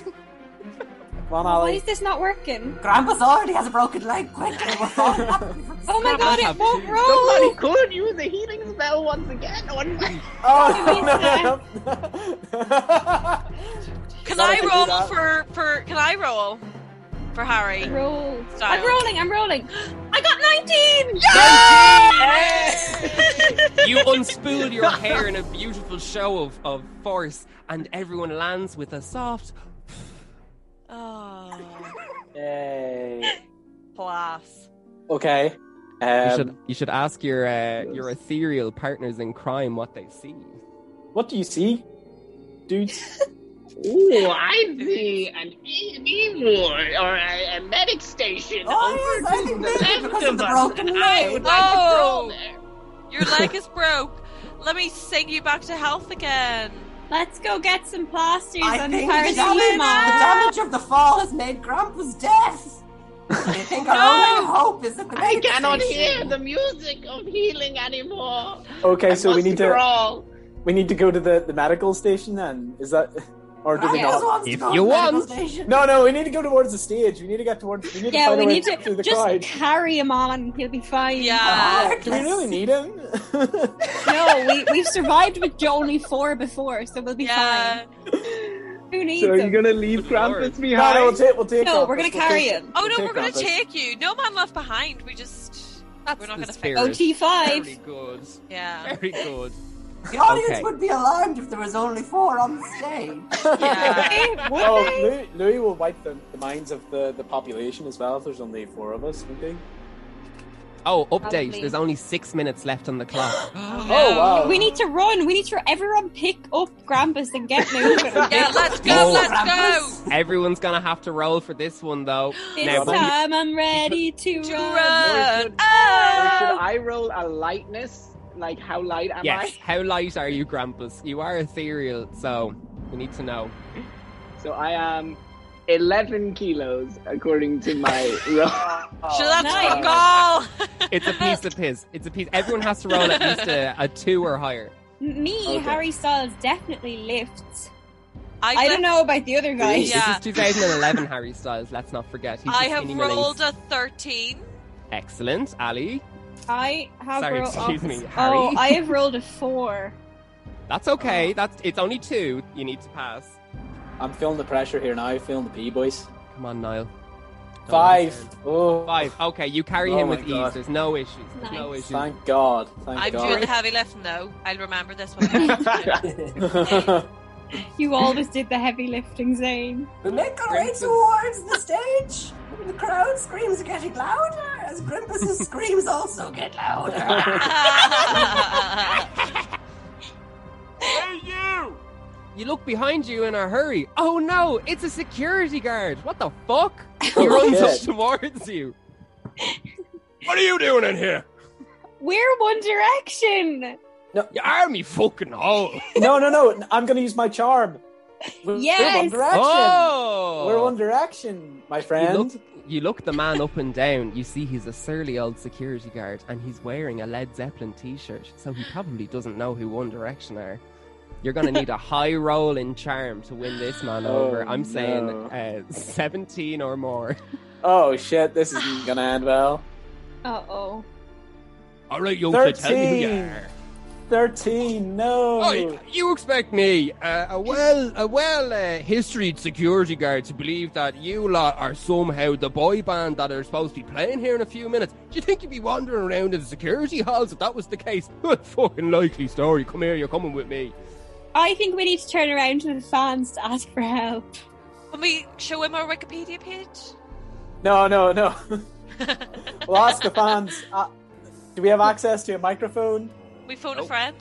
Come on,
Why
Ali.
is this not working?
Grampus already has a broken leg. Quick, we're falling up.
Oh my god, it won't roll.
Somebody could use a healing spell once again. On my...
Oh no, no, no.
Can
Sorry,
I
I do
roll
that.
for for? Can I roll for Harry?
Roll.
Style.
I'm rolling. I'm rolling. I got 19.
you unspool your hair in a beautiful show of, of force, and everyone lands with a soft.
Oh,
Yay.
class.
Okay.
you
Um,
should you should ask your uh, your ethereal partners in crime what they see.
What do you see, dudes?
Ooh, I'd be an
E
evil or a, a medic station
Oh,
over
yes, I
to the
think maybe
left
because
of
of the
us.
broken
and I
leg.
would like to
Oh.
throw there.
Your leg is broke. Let me sing you back to health again.
Let's go get some plasters
I
and
think the damage, the
paracetamol.
damage of the fall has made Grandpa's death. I think our
No.
only hope is that the
I
medic
cannot
station.
hear the music of healing anymore.
Okay,
I
so we
must
need to-
growl.
We need to go to the, the medical station then. Is that or do we
Grandpa's
not?
wants to go to the medical station.
No, no, we need to go towards the stage. We need to get towards. We need to
Yeah,
find
we
our way
need
through
to
the Oh,
just
crowd.
carry him on. He'll be fine. Oh,
Yeah.
Do we really need him?
no, we, we've survived with Joni 4 before, so we'll be
Yeah.
fine. Who needs
So are you
him?
gonna leave Krampus
No,
behind?
no, we'll take. We'll take
No,
Krampus.
we're gonna
We'll
carry
take-
him.
Oh no,
we'll
we're gonna
Krampus.
take you. No man left behind. We just we're not
the
gonna
spirit.
fix.
Very
OT5.
good.
Yeah.
Very good.
The audience
Okay.
would be alarmed if there was only four on the stage.
Yeah.
Oh, Louis, Louis will wipe the, the minds of the, the population as well if there's only four of us, won't he?
Oh, update.
Probably.
There's only six minutes left on the clock.
Oh, wow.
We need to run. We need to everyone pick up Grampus and get moving.
Yeah, let's go,
Oh.
let's go.
Everyone's gonna have to roll for this one though.
This
Now, but-
time I'm ready to
To
run.
run.
Or should
Oh.
I roll a lightness? Like how light am
yes. How light are you, Grampus? You are ethereal, so we need to know.
I? So I am eleven kilos according to my roll.
Should that's
nice.
fuck all.
It's a piece of his. It's a piece. Everyone has to roll at least a, a two or higher.
Me,
Okay.
Harry Styles definitely lifts. I don't know about the other guys.
Yeah.
This is 2011 Harry Styles. Let's not forget. He's
Uh, I
the
have
skinny millings.
rolled a thirteen.
Excellent, Ali.
I have
Sorry,
rolled.
excuse me,
Oh,
Harry.
I have rolled a four.
That's okay.
Oh.
That's it's only two. You need to pass.
I'm feeling the pressure here now. Feeling the pee, boys.
Come on, Niall. Don't
Five.
understand.
Oh,
Five. Okay, you carry
Oh
him
my
with
God.
ease. There's no issues. There's no
Nice.
issues.
Thank God. Thank
I'm doing the
God.
heavy lifting though. I'll remember this one.
You always did the heavy lifting, Zane.
We make our way towards the stage. The crowd screams are getting louder as Grimpus's screams also get louder.
You look behind you in a hurry. Oh no, it's a security guard. What the fuck? He runs up
shit.
towards you. what are you doing in here?
We're One Direction.
You army fucking hole.
no, no, no. I'm gonna use my charm. We're
Yes.
One Direction.
Oh,
We're One Direction, my
You
friend.
look, you look the man up and down. You see he's a surly old security guard, and he's wearing a Led Zeppelin T-shirt, so he probably doesn't know who One Direction are. You're gonna need a high roll in charm to win this man
Oh,
over. I'm saying
no.
uh, 17 or more.
Oh shit, this isn't gonna end well.
Uh oh.
All right, young,
so tell me who you 13. are. Thirteen. No.
Oh, you expect me, uh, a well, a well uh, historied security guard, to believe that you lot are somehow the boy band that are supposed to be playing here in a few minutes? Do you think you'd be wandering around in security halls if that was the case? Fucking likely story. Come here, you're coming with me.
I think we need to turn around to the fans to ask for help.
Can we show him our Wikipedia page?
No, no, no. we'll ask the fans. Uh, do we have access to a microphone?
We phone a
Nope.
friend.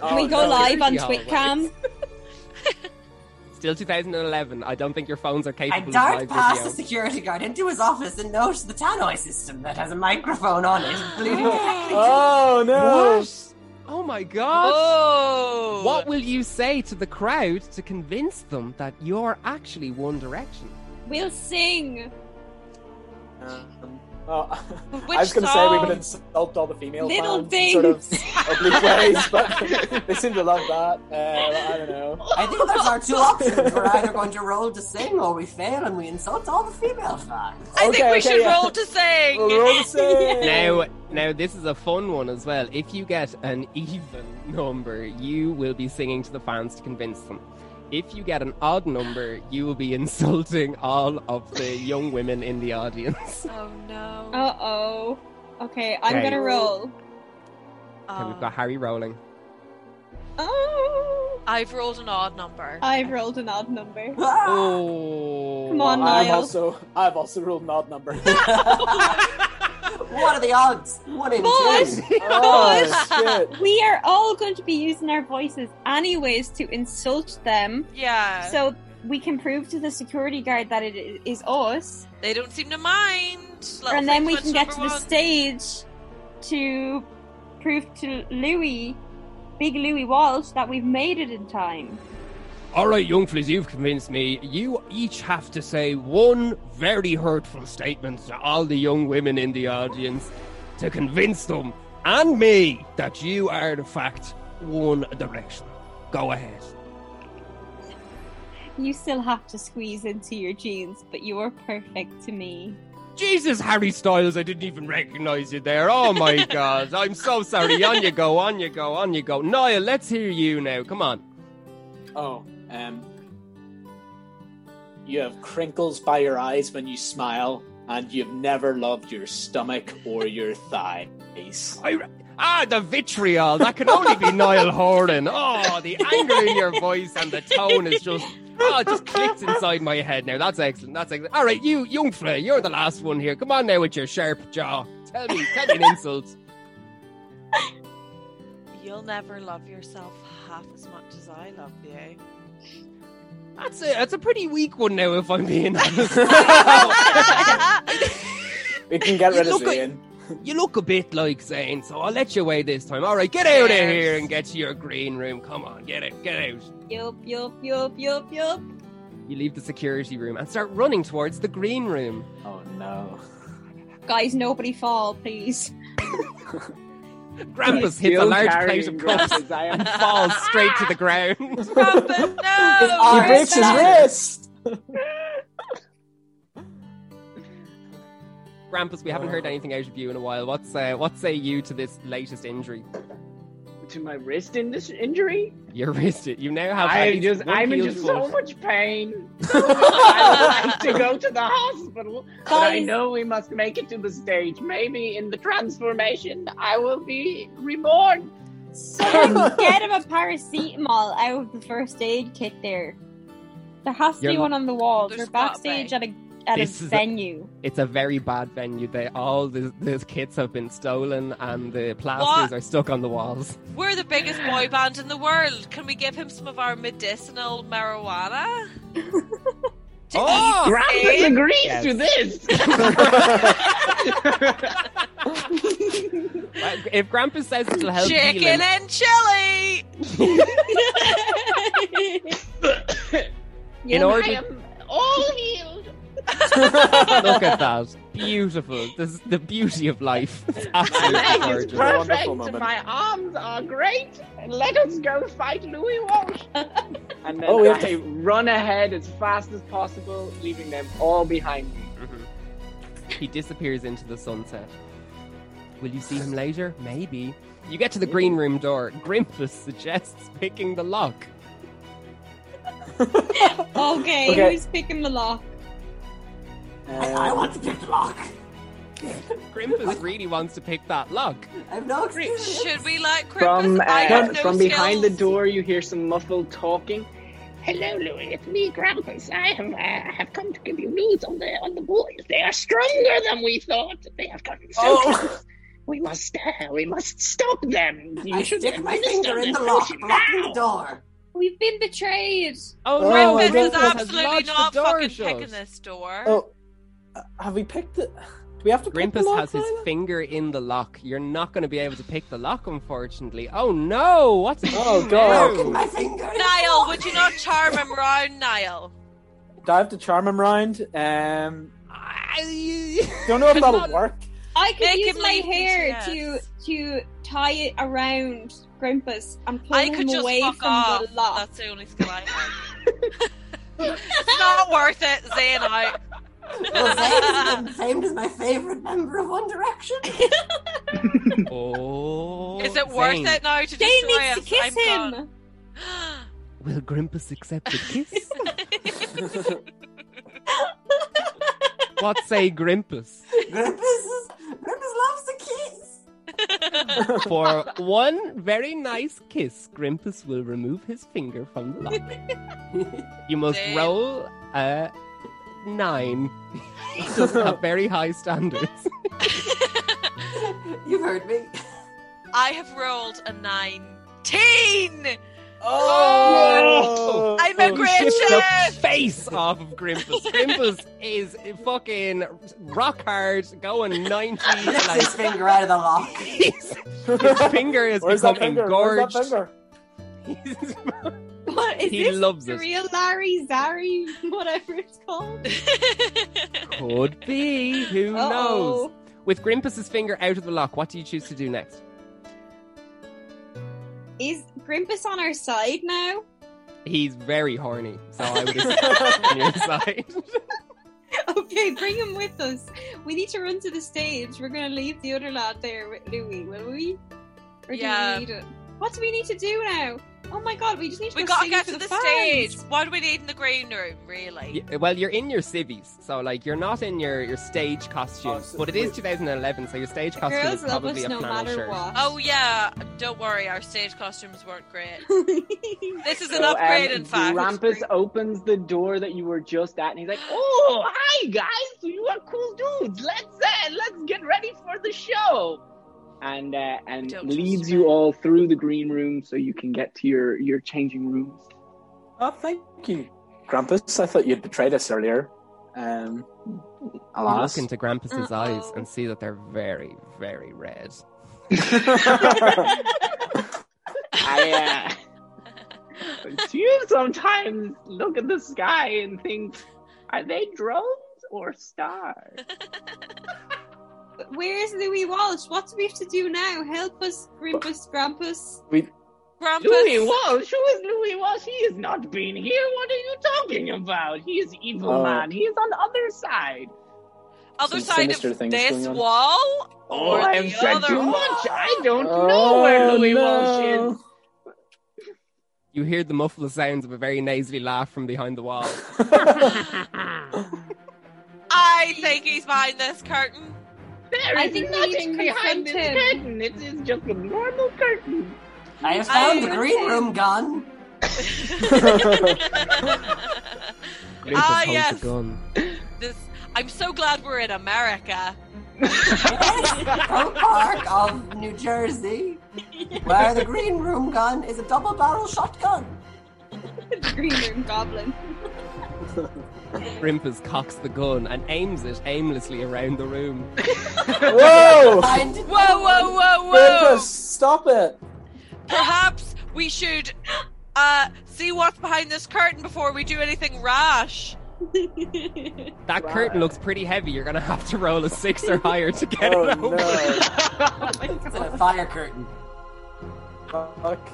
Oh,
we go
no.
live on
Security
Twitcam.
Still 2011. I don't think your phones are
I
capable
dart past the security guard into his office and notice the tannoy system that has a microphone on it, bleeding directly to
Oh no!
What? Oh my god!
Oh.
What will you say to the crowd to convince them that you're actually One Direction?
We'll sing.
Um, oh,
Which
I was going to say we
song?
would insult all the female
Little
fans in sort of
things.
oblique ways, but they seem to love that. Uh, I don't know.
I think those are two options. We're either going to roll to sing or we fail and we insult all the female fans.
I think
Okay,
we
okay,
should
yeah.
roll to sing.
Roll the save.
Now, now this is a fun one as well. If you get an even number, you will be singing to the fans to convince them. If you get an odd number, you will be insulting all of the young women in the audience.
Oh no.
Uh oh. Okay, I'm
Right.
gonna roll.
Okay, we've
Oh.
got Harry rolling.
Oh,
I've rolled an odd number.
I've rolled an odd number.
Ah!
Oh,
Come on,
I'm
Niall.
also I've also rolled an odd number.
What are the odds? One in
Boys!
two.
Oh, shit.
we are all going to be using our voices anyways to insult them.
Yeah.
So we can prove to the security guard that it i- is us,
They don't seem to mind. Little
and
things
then we
much
can get to
number
the
one.
stage to prove to Louis, Big Louis Walsh, that we've made it in time.
All right, young fleas, you've convinced me. You each have to say one very hurtful statement to all the young women in the audience to convince them and me that you are, in fact, One Direction. Go ahead.
You still have to squeeze into your jeans, but you are perfect to me.
Jesus, Harry Styles, I didn't even recognize you there. Oh my god, I'm so sorry. On you go, on you go, on you go. Niall, let's hear you now. Come on.
Oh, um, you have crinkles by your eyes when you smile, and you've never loved your stomach or your thighs.
Ah, the vitriol. That can only be Niall Horan. Oh, the anger in your voice and the tone is just. Oh, it just clicked inside my head now. That's excellent. That's excellent. All right, you, young Frey, you're the last one here. Come on now with your sharp jaw. Tell me, tell me an insult.
You'll never love yourself half as much as I love you.
That's a, that's a pretty weak one now, if I'm being honest.
We can get
You
rid of
look like-
Zane.
you look a bit like Zane, so I'll let you away this time. All right, get out of here and get to your green room. Come on, get out, get out.
Yup, yup, yup, yup, yup.
You leave the security room and start running towards the green room.
Oh no.
Guys, nobody fall, please.
Grampus hits a
Still
large plate
carrying
of cups
Grampus, I am
and falls straight to the ground.
Grandpa, no!
he breaks his wrist!
Grampus, we haven't heard anything out of you in a while. What's uh, what say you to this latest injury?
to my wrist in this injury.
Your wrist. You now have. at
I'm
least
just,
one
I'm in
healed
just so
foot.
much pain. I would like to go to the hospital, but I
Guys.
know we must make it to the stage. Maybe in the transformation, I will be reborn.
Someone get him a paracetamol out of the first aid kit there. There has to
You're
be
not-
one on the walls.
There's
We're backstage
gotta
at a at
This
a
is a-
venue.
It's a very bad venue. They all the, the kits have been stolen and the plasters
What?
are stuck on the walls.
We're the biggest boy band in the world. Can we give him some of our medicinal marijuana? To
Oh,
ease
Grampus
pain?
agrees
Yes.
to this.
Uh, if Grampus says it'll help heal him-
Chicken and chili!
in
Yeah.
order
I am all healed.
Look at that. Beautiful. This is the beauty of life. It's
My
absolutely
leg is
gorgeous.
perfect.
Wonderful moment.
My arms are great. Let us go fight Louis Walsh. and then
Oh, we have
I run ahead as fast as possible, leaving them all behind me.
He disappears into the sunset. Will you see him later? Maybe. You get to the green room door. Grimpus suggests picking the lock.
okay,
Okay.
who's picking the lock?
I, I want to pick the lock.
Grimpus really wants to pick that lock.
Oh,
I have no experience.
Should we let Krampus?
From
I
uh,
have no
from behind the
skills.
door, you hear some muffled talking.
Hello, Louis. It's me, Grampus. I have uh, I have come to give you news on the on the boys. They are stronger than we thought. They have gotten so
Oh.
close. We must uh, we must stop them. You
I
should
stick my
administer
finger in the
them
lock,
potion
blocking
now.
the door.
We've been betrayed.
Oh,
Oh,
no,
I
Krampus
don't
Grimpus
is
think I've
has
absolutely
lodged
not
the door
fucking
shut.
picking this door.
Oh, uh, have we picked it? Do we have to pick the
Grimpus
lock
has his
now?
finger in the lock. You're not going to be able to pick the lock, unfortunately. Oh no! What's he
Oh,
do
God.
now?
Picking my finger in the
Niall,
lock.
would you not charm him round, Niall?
Do I have to charm him round? Um,
I-
don't know if
Come
that'll
on.
work.
I could
Make
use
him
my
leave
hair to
BTS.
to tie it around Grimpus and pull
I
him
could just
away
fuck
from
off.
the lock.
That's the only skill I have. it's not worth it, Zane out.
Well, Zayn is famed as my favorite member of One Direction.
Oh,
Is it worth
Zane,
it now to
Jane
destroy
needs to
us?
kiss
I'm
him.
gone.
Will Grimpus accept a kiss? what say Grimpus?
Grimpus, is, Grimpus loves to kiss.
For one very nice kiss, Grimpus will remove his finger from the lock. You must
Zane.
roll a nine. He does have very high standards.
You've heard me.
I have rolled a 19!
Oh!
I'm a great
Shift
chef!
the face off of Grimpus. Grimpus is fucking rock hard, going 90.
Lifts his finger out of the lock.
his finger is
Where's
become
that finger? Where's
engorged.
that finger?
What is
He
this?
loves
the
it.
real Larry Zary, whatever it's called.
Could be. Who
Uh-oh.
knows? With Grimpus's finger out of the lock, what do you choose to do next?
Is Grimpus on our side now?
He's very horny, so I would assume on your side.
Okay, bring him with us. We need to run to the stage. We're going to leave the other lad there with Louis, will we? Or do
Yeah.
we need it? What do we need to do now? Oh my god, we just need to
We
go
gotta
sing
get
for
to the
fans.
stage. What do we need in the green room, really?
Y- Well, you're in your civvies, so like you're not in your, your stage costume, but it is 2011, so your stage costume
girls
is
love
probably
us
a
no
flannel
matter
shirt.
what.
Oh yeah, don't worry, our stage costumes weren't great. this is an
So,
upgrade,
um,
in fact.
Grampus opens the door that you were just at, and he's like, "Oh, hi guys! You are cool dudes. Let's uh, let's get ready for the show." And uh, and
Don't
leads you all through the green room so you can get to your your changing rooms.
Oh, thank you. Grampus, I thought you'd betrayed us earlier. Um,
You
alas.
look into Grampus's eyes and see that they're very, very red.
I uh, do you sometimes look at the sky and think, "Are they drones or stars?"
Where's Louis Walsh? What do we have to do now? Help us, Grimpus, Grampus.
We-
Grampus.
Louis Walsh? Who is Louis Walsh? He has not been here. What are you talking about? He is evil
Uh,
Oh.
man. He is on the other side.
Other
Some
side
sinister
of
things
this
going on.
wall?
Oh,
or
I am
the
said
other
too
wall?
much. I don't
Oh,
know where Louis Walsh is.
You hear the muffled sounds of a very nasally laugh from behind the wall.
I think he's behind this curtain.
There
I
is
think we need to
nothing behind this
confront him.
curtain. It is just a normal curtain.
I have found
I-
the green room gun.
Grimpus
Ah,
holds
yes.
a gun.
This. I'm so glad we're in America.
Pro Park of New Jersey, where the green room gun is a double barrel shotgun.
Green Room Goblin.
Grimpus cocks the gun and aims it aimlessly around the room.
Whoa!
Find it.
Whoa, whoa, whoa, whoa!
Grampus, stop it!
Perhaps we should uh, see what's behind this curtain before we do anything rash.
That
Right.
curtain looks pretty heavy. You're gonna have to roll a six or higher to get
Oh,
it open.
no.
It's a fire curtain.
Fuck.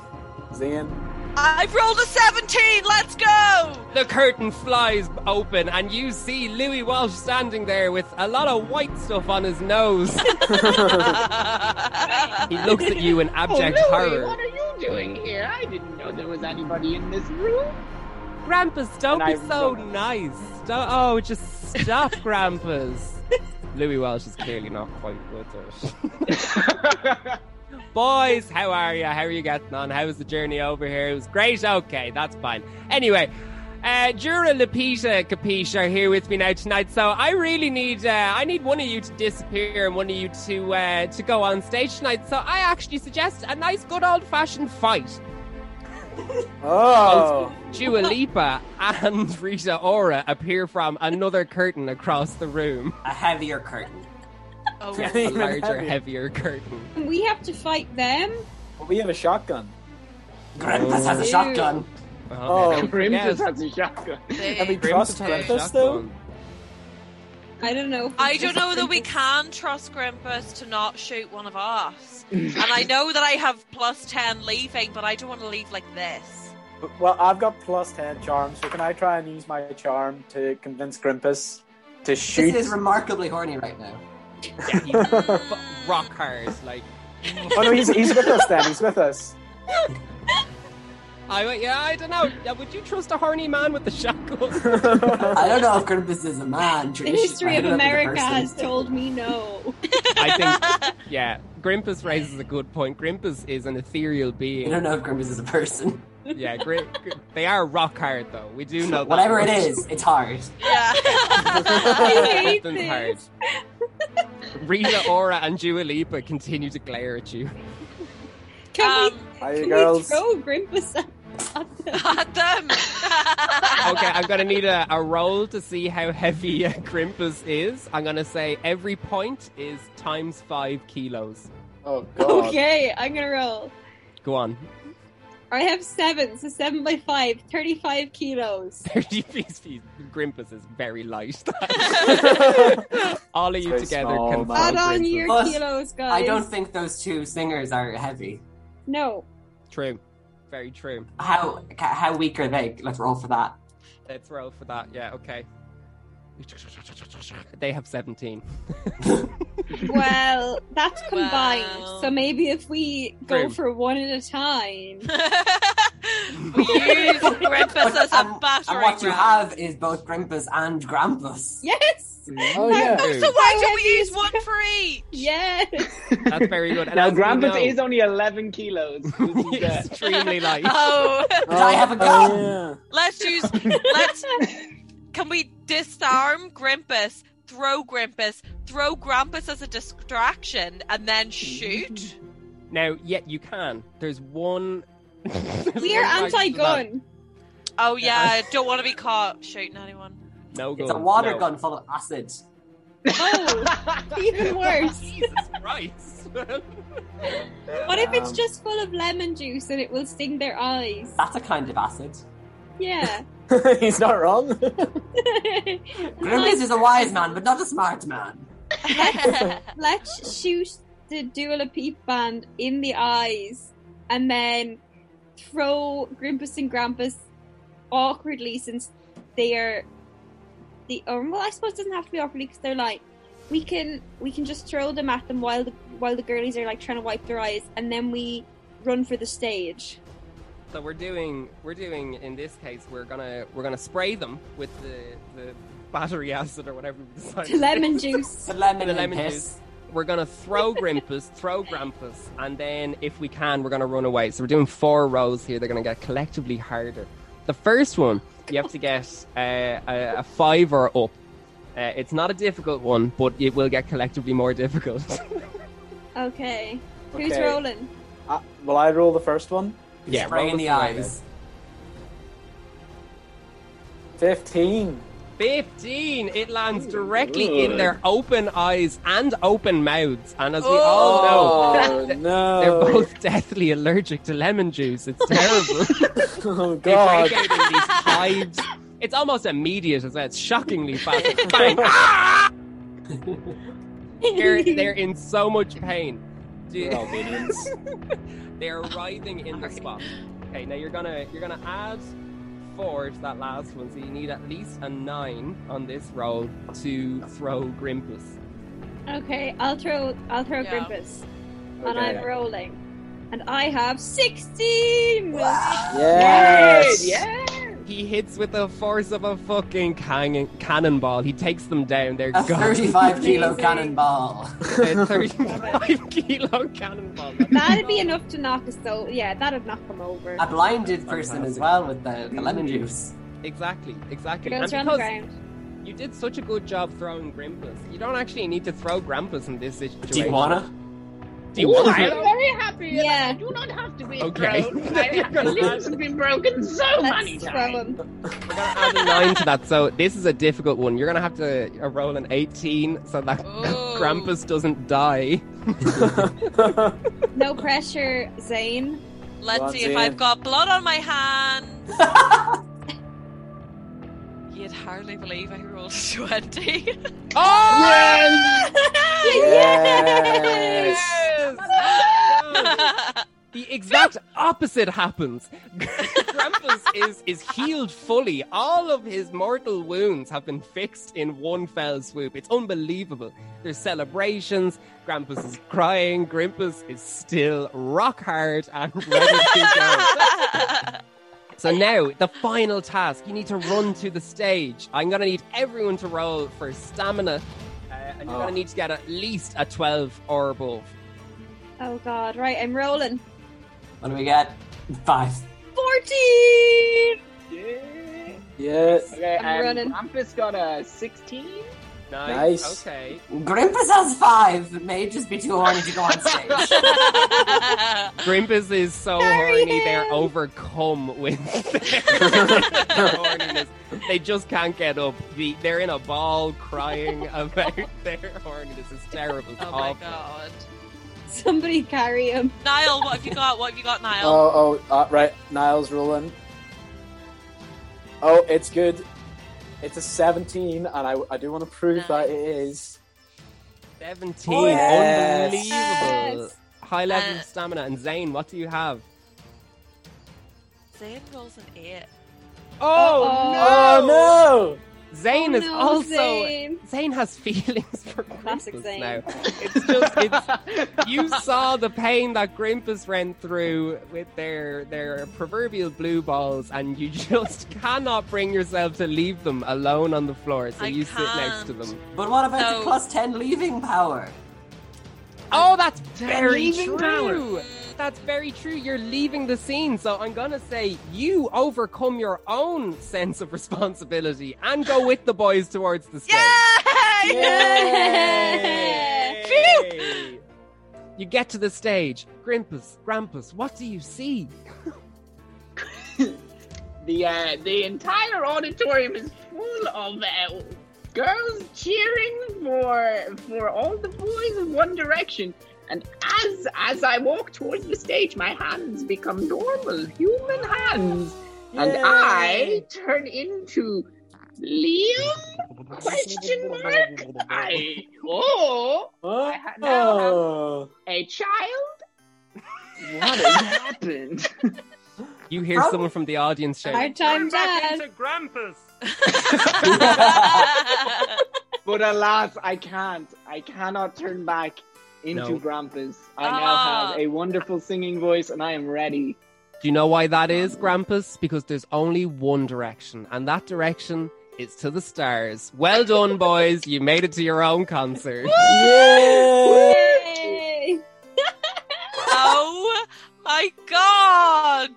Zane.
I've rolled a 17, let's go!
The curtain flies open, and you see Louis Walsh standing there with a lot of white stuff on his nose. he looks at you in
Oh,
abject
Louis,
horror.
what are you doing here? I didn't know there was anybody in this room.
Grampus, don't
And I
be so
run.
nice. Don't, oh, just stop, Grampus. Louis Welsh is clearly not quite with it. Boys, how are you? How are you getting on? How was the journey over here? It was great. Okay, that's fine. Anyway, uh, Jura, Lapita, Capiche are here with me now tonight. So I really need, uh, I need one of you to disappear and one of you to uh, to go on stage tonight. So I actually suggest a nice, good old fashioned fight.
Oh!
Dua Lipa and Rita Ora appear from another curtain across the room.
A heavier curtain.
Oh,
Yes, a
Even
larger,
heavier.
heavier curtain.
we have to fight them.
Well, we have a shotgun.
Grampus has a
Ew.
shotgun.
Oh,
don't
Grim
forget,
just has a shotgun.
Have we
They-
Grim
trust
just had a
Grampus, though?
shotgun.
I don't know. if
I
it's
don't know that we
Grimpus.
can trust Grimpus to not shoot one of us. and I know that I have plus 10 leaving, but I don't want to leave like this.
Well, I've got plus 10 charm, so can I try and use my charm to convince Grampus to shoot?
This is remarkably horny right now.
Yeah, he's
Mm.
f- rock hard. Like,
oh no, he's, he's with us then, he's with us.
I yeah, I don't know. Yeah, Would you trust a horny man with a shotgun?
I don't know if Grampus is a man.
The
tradition-
history
I
of
don't know if he's a
America
person.
has told me no.
I think, yeah. Grimpus raises a good point. Grimpus is an ethereal
I
being.
don't know if Grampus is a person.
Yeah, Grim, they are rock hard though. We do know that
Whatever it
much.
is, it's hard.
Yeah.
I hate
Something's
this.
hard. Rita Ora and Dua Lipa continue to glare at you.
Can
Um,
we,
Hiya,
can
girls.
we throw Grimpus at, at them?
At um, them.
Okay, I'm gonna need a, a roll to see how heavy uh, Grimpus is. I'm gonna say every point is times five kilos.
Oh
Okay, I'm gonna roll.
Go on.
I have seven, so seven by five, 35 kilos.
Thirty piece piece. Grimpus is very light. All of you
Very
together
small,
can
man.
throw
Add on
Grimpus.
your
Plus,
kilos, guys.
I don't think those two singers are heavy.
No.
True. Very true.
How ca- how weak are they? Let's roll for that.
Let's roll for that. Yeah, okay. They have 17.
Well, that's combined.
Wow.
So maybe if we go
Grim.
for one at a time.
We use Grimpus as a
And
battering
what you
ram.
have is both Grimpus and Grampus.
Yes.
Oh, yeah.
So why don't we use one for each?
Yes.
That's very good. And
now,
as we
Grampus
know-
is only 11 kilos. This is, uh,
extremely light.
Oh,
I have a gun?
let's use. Let's. Can we disarm Grimpus? Throw Grimpus. Throw Grampus as a distraction, and then shoot.
Now, yet you can. There's one.
We are anti gun.
Oh yeah, don't want to be caught shooting anyone.
No
It's
gun,
a water
no.
gun full of acid.
Oh, even worse.
Jesus Christ.
What if it's
Um,
just full of lemon juice and it will sting their eyes?
That's a kind of acid.
Yeah.
He's not wrong.
Grimpus is a wise man, but not a smart man.
Let's shoot the Dula Peep band in the eyes and then throw Grimpus and Grampus awkwardly since they are the um, well I suppose it doesn't have to be awkwardly because they're like we can we can just throw them at them while the while the girlies are like trying to wipe their eyes and then we run for the stage.
So we're doing we're doing in this case we're gonna we're gonna spray them with the the battery acid or whatever we decide.
The lemon juice.
The lemon,
The
and
lemon
piss.
juice. We're gonna throw Grimpus, throw Grampus, and then if we can, we're gonna run away. So we're doing four rows here. They're gonna get collectively harder. The first one, you have to get uh, a, a fiver up. Uh, it's not a difficult one, but it will get collectively more difficult.
Okay. Who's
Okay.
rolling?
Uh, will I roll the first one?
yeah,
Spray
roll
in the
this away
eyes.
15.
then. Fifteen. It lands directly in their open eyes and open mouths, and as we all know.
Oh, no.
They're both deathly allergic to lemon juice. It's terrible.
Oh,
They break
God.
out in these hives. It's almost immediate as well. It's shockingly fast. Bang! Ah! They're, they're in so much pain. Do-
They're all minions.
they're writhing in the spot. Okay, now you're gonna you're gonna add four to that last one, so you need at least a nine on this roll to throw Grimpus.
Okay, I'll throw I'll throw
Yeah.
Grimpus. And
Okay.
I'm rolling. And I have 16!
Yes.
Yeah.
He hits with the force of a fucking can- cannonball. He takes them down. They're
A
gone.
35 kilo
Amazing.
cannonball.
a 35 kilo cannonball.
That'd be enough to knock us out. Yeah, that'd knock them over.
A blinded person as
Fantastic.
well with the, the lemon juice.
Exactly, exactly.
Girls are
and
on the
because
ground.
you did such a good job throwing Grampus, you don't actually need to throw Grampus in this situation.
Do you wanna?
Do you wanna?
I am very happy.
Yeah.
I do not have to be
Okay.
thrown. I, my lips have been broken so many
Let's throw
times.
him.
We're gonna add a nine to that. So this is a difficult one. You're gonna have to uh, roll an 18 so that
Oh.
Grampus doesn't die.
No pressure, Zane.
Let's
Lots
see if
in.
I've got blood on my hands. You'd hardly believe I rolled a 20.
Oh, yes.
The exact opposite happens. Grampus is is healed fully. All of his mortal wounds have been fixed in one fell swoop. It's unbelievable. There's celebrations. Grampus is crying. Grimpus is still rock hard and ready to go. So now, the final task. You need to run to the stage. I'm going to need everyone to roll for stamina. Uh, and you're
Oh.
going to need to get at least a 12 or above.
Oh god, right, I'm rolling.
What do we get? Five.
14!
Yeah.
Yes.
Okay,
I'm
um,
running.
Grampus got a 16.
Nice. Okay.
Grimpus has five, but may just be too horny to go on stage.
Grimpus is so horny they're overcome with their horniness. They just can't get up. The- They're in a ball crying about their horniness. It's terrible.
Oh my god.
Somebody carry him.
Niall, what have you got? What have you got, Niall?
Oh, oh, uh, right. Niall's rolling. Oh, it's good. It's a 17, and I, I do want to prove that it is.
17.
Oh,
Yes.
Unbelievable.
Yes.
High level
Uh,
of stamina. And Zane, what do you have?
Zane rolls an eight.
Oh,
Uh-oh.
no! Zane
Oh,
is
no,
also
Zane.
Zane. has feelings for
Classic
Grimpus
Zane.
now. It's just it's, you saw the pain that Grimpus went through with their their proverbial blue balls, and you just cannot bring yourself to leave them alone on the floor. So you sit next to them.
But what about the plus 10 leaving power?
Oh, that's very
leaving
true.
power.
That's very true. You're leaving the scene, so I'm gonna say you overcome your own sense of responsibility and go with the boys towards the stage. Phew! You get to the stage, Grimpus, Grampus. What do you see?
The uh, the entire auditorium is full of uh, girls cheering for for all the boys in One Direction. And as as I walk towards the stage, my hands become normal human hands, and I turn into Liam? Question mark? I oh, I ha- now have
Oh.
a child.
What
has happened?
You
Oh.
hear someone from the audience shout.
time,
Dad.
Into Grampus.
But alas, I can't. I cannot turn back into
No.
Grampus. I
Ah.
now have a wonderful singing voice, and I am ready.
Do you know why that is, Grampus? Because there's only one direction, and that direction is to the stars. Well done, boys. You made it to your own concert.
oh my god!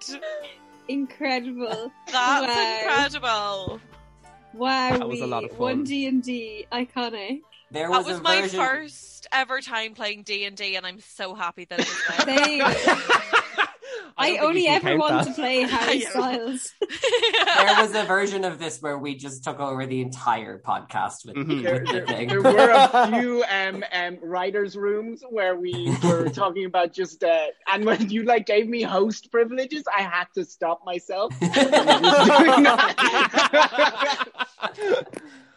Incredible.
That's incredible.
Wow.
That was a lot of fun.
One D and D iconic.
There
that was my first ever time playing D and D, and I'm so happy that it was there.
Same. I,
think
only
you can
ever
count
want
that.
to play Harry
Yeah.
Styles.
There was a version of this where we just took over the entire podcast with,
Mhm.
with
There,
the thing.
there were a few um, um, writers' rooms where we were talking about just, uh, and when you like gave me host privileges, I had to stop myself.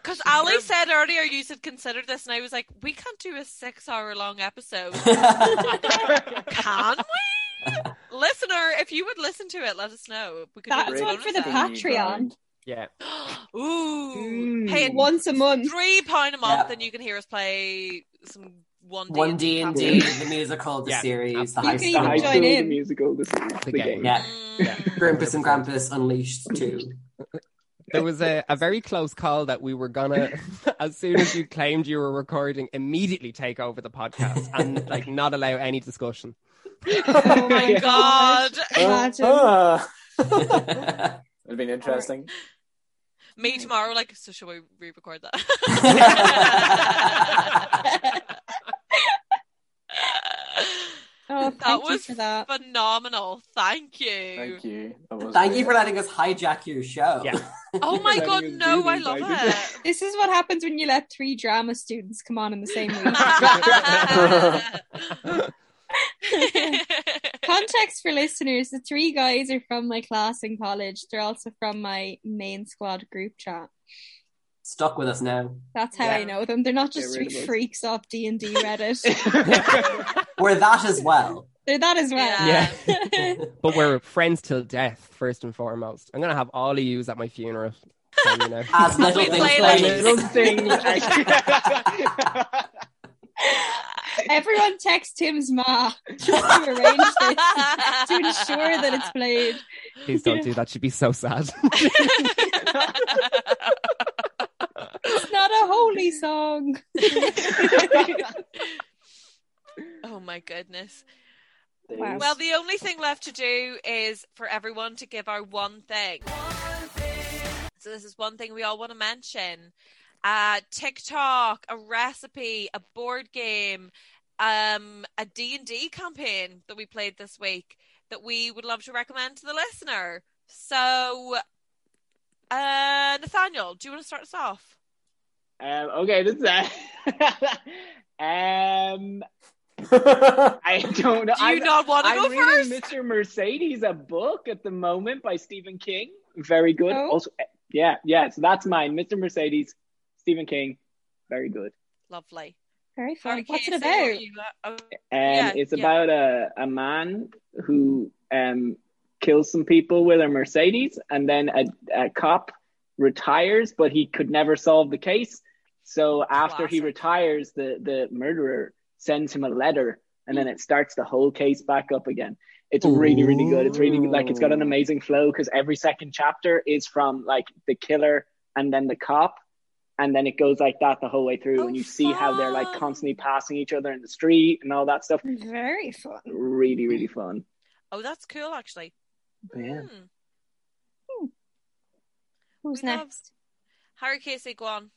Because Ali said earlier you said consider this, and I was like, we can't do a six-hour-long episode,
Oh.
can we? Listener, if you would listen to it, let us know. We could do
That's
it as a
one
bonus
for the
episode.
Patreon.
yeah.
Ooh, pay
Once a month.
three pound a month,
Hmm. Yeah.
and you can hear us play some one D
One D and D, the musical, the
Yeah.
series, the
You
high
can
school.
even
I
join
do the
in.
musical, the, series, the game.
Yeah.
Hmm.
Grimpus and Grampus Unleashed 2.
There was a, a very close call that we were gonna, as soon as you claimed you were recording, immediately take over the podcast and like not allow any discussion.
Oh my
God.
Uh-huh.
Imagine.
Ah. It'd been interesting.
Me tomorrow, like, so should we re-record that?
Oh, thank
that
you
was
for that.
phenomenal. Thank you.
Thank you. That was
Thank you for
great.
letting us hijack your show.
Yeah.
Oh my god,
Letting us
no,
do
I
these,
love
I did
it.
This is what happens when you let three drama students come on in the same week. Context for listeners the three guys are from my class in college. They're also from my main squad group chat.
Stuck with us now.
That's how I
Yeah.
know them. They're not just
Get
three
rid of us.
freaks off D and D Reddit.
We're that as well.
They're that as well.
Yeah. But we're friends till death, first and foremost. I'm gonna have all of yous at my funeral. so you know.
As little
We
things
play like-
like
Little things.
Everyone text Tim's ma to arrange this to ensure that it's played.
Please don't do that. She'd be so sad.
It's not a holy song.
oh my goodness.
Wow.
Well, the only thing left to do is for everyone to give our one thing. So this is one thing we all want to mention. uh, TikTok, a recipe, a board game, um, a D and D campaign that we played this week that we would love to recommend to the listener. So, uh, Nathaniel, do you want to start us off?
Um, okay, this is um, I don't know.
Do you not want to
I'm
go
reading Mr. Mercedes, a book at the moment by Stephen King. Very good.
Oh.
Also, eh, yeah, yeah. So that's mine. Mr. Mercedes, Stephen King. Very good.
Lovely.
Very
fun.
What's it about?
Oh,
Um, it's about a, a man who um, kills some people with a Mercedes, and then a, a cop retires, but he could never solve the case. So after he retires, the, the murderer sends him a letter, and then it starts the whole case back up again. It's really, really good. It's really like it's got an amazing flow because every second chapter is from like the killer and then the cop, and then it goes like that the whole way through, and you see how they're like constantly passing each other in the street and all that stuff.
Very fun.
Really, really fun.
Oh, that's cool, actually.
Yeah.
Hmm.
Who's
next? Harry Casey, go on.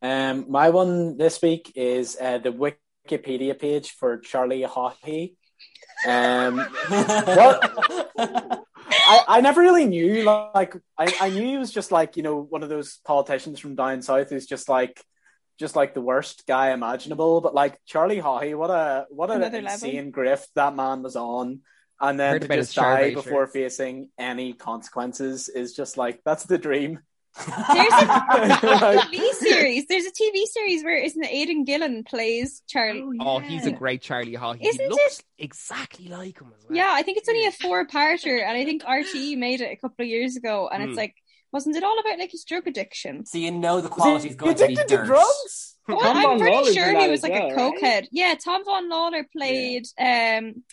Um, my one this week is uh, the Wikipedia page for Charlie Haughey. Um, what- I, I never really knew. Like, I, I knew he was just like you know one of those politicians from down south who's just like, just like the worst guy imaginable. But like Charlie Haughey, what a what an
Another level.
insane grift that man was on. And then
Heard
to
about
just
his Charlie
die
shirts.
before facing any consequences is just like that's the dream.
TV series. There's a TV series where isn't it Aidan Gillen plays Charlie?
Oh, he's a great Charlie Hawkey. He
Isn't
looks exactly like him as well.
Yeah, I think it's only a four-parter, and I think RTE made it a couple of years ago, and
Hmm.
it's like, wasn't it all about like his drug addiction?
So you know the quality's going to be
addicted to
dirt.
drugs? Well,
Tom
I'm
Von
pretty
Lawler's in
sure
that
he was
as
like a
well, right?
cokehead. Yeah, Tom Von Lawler played. um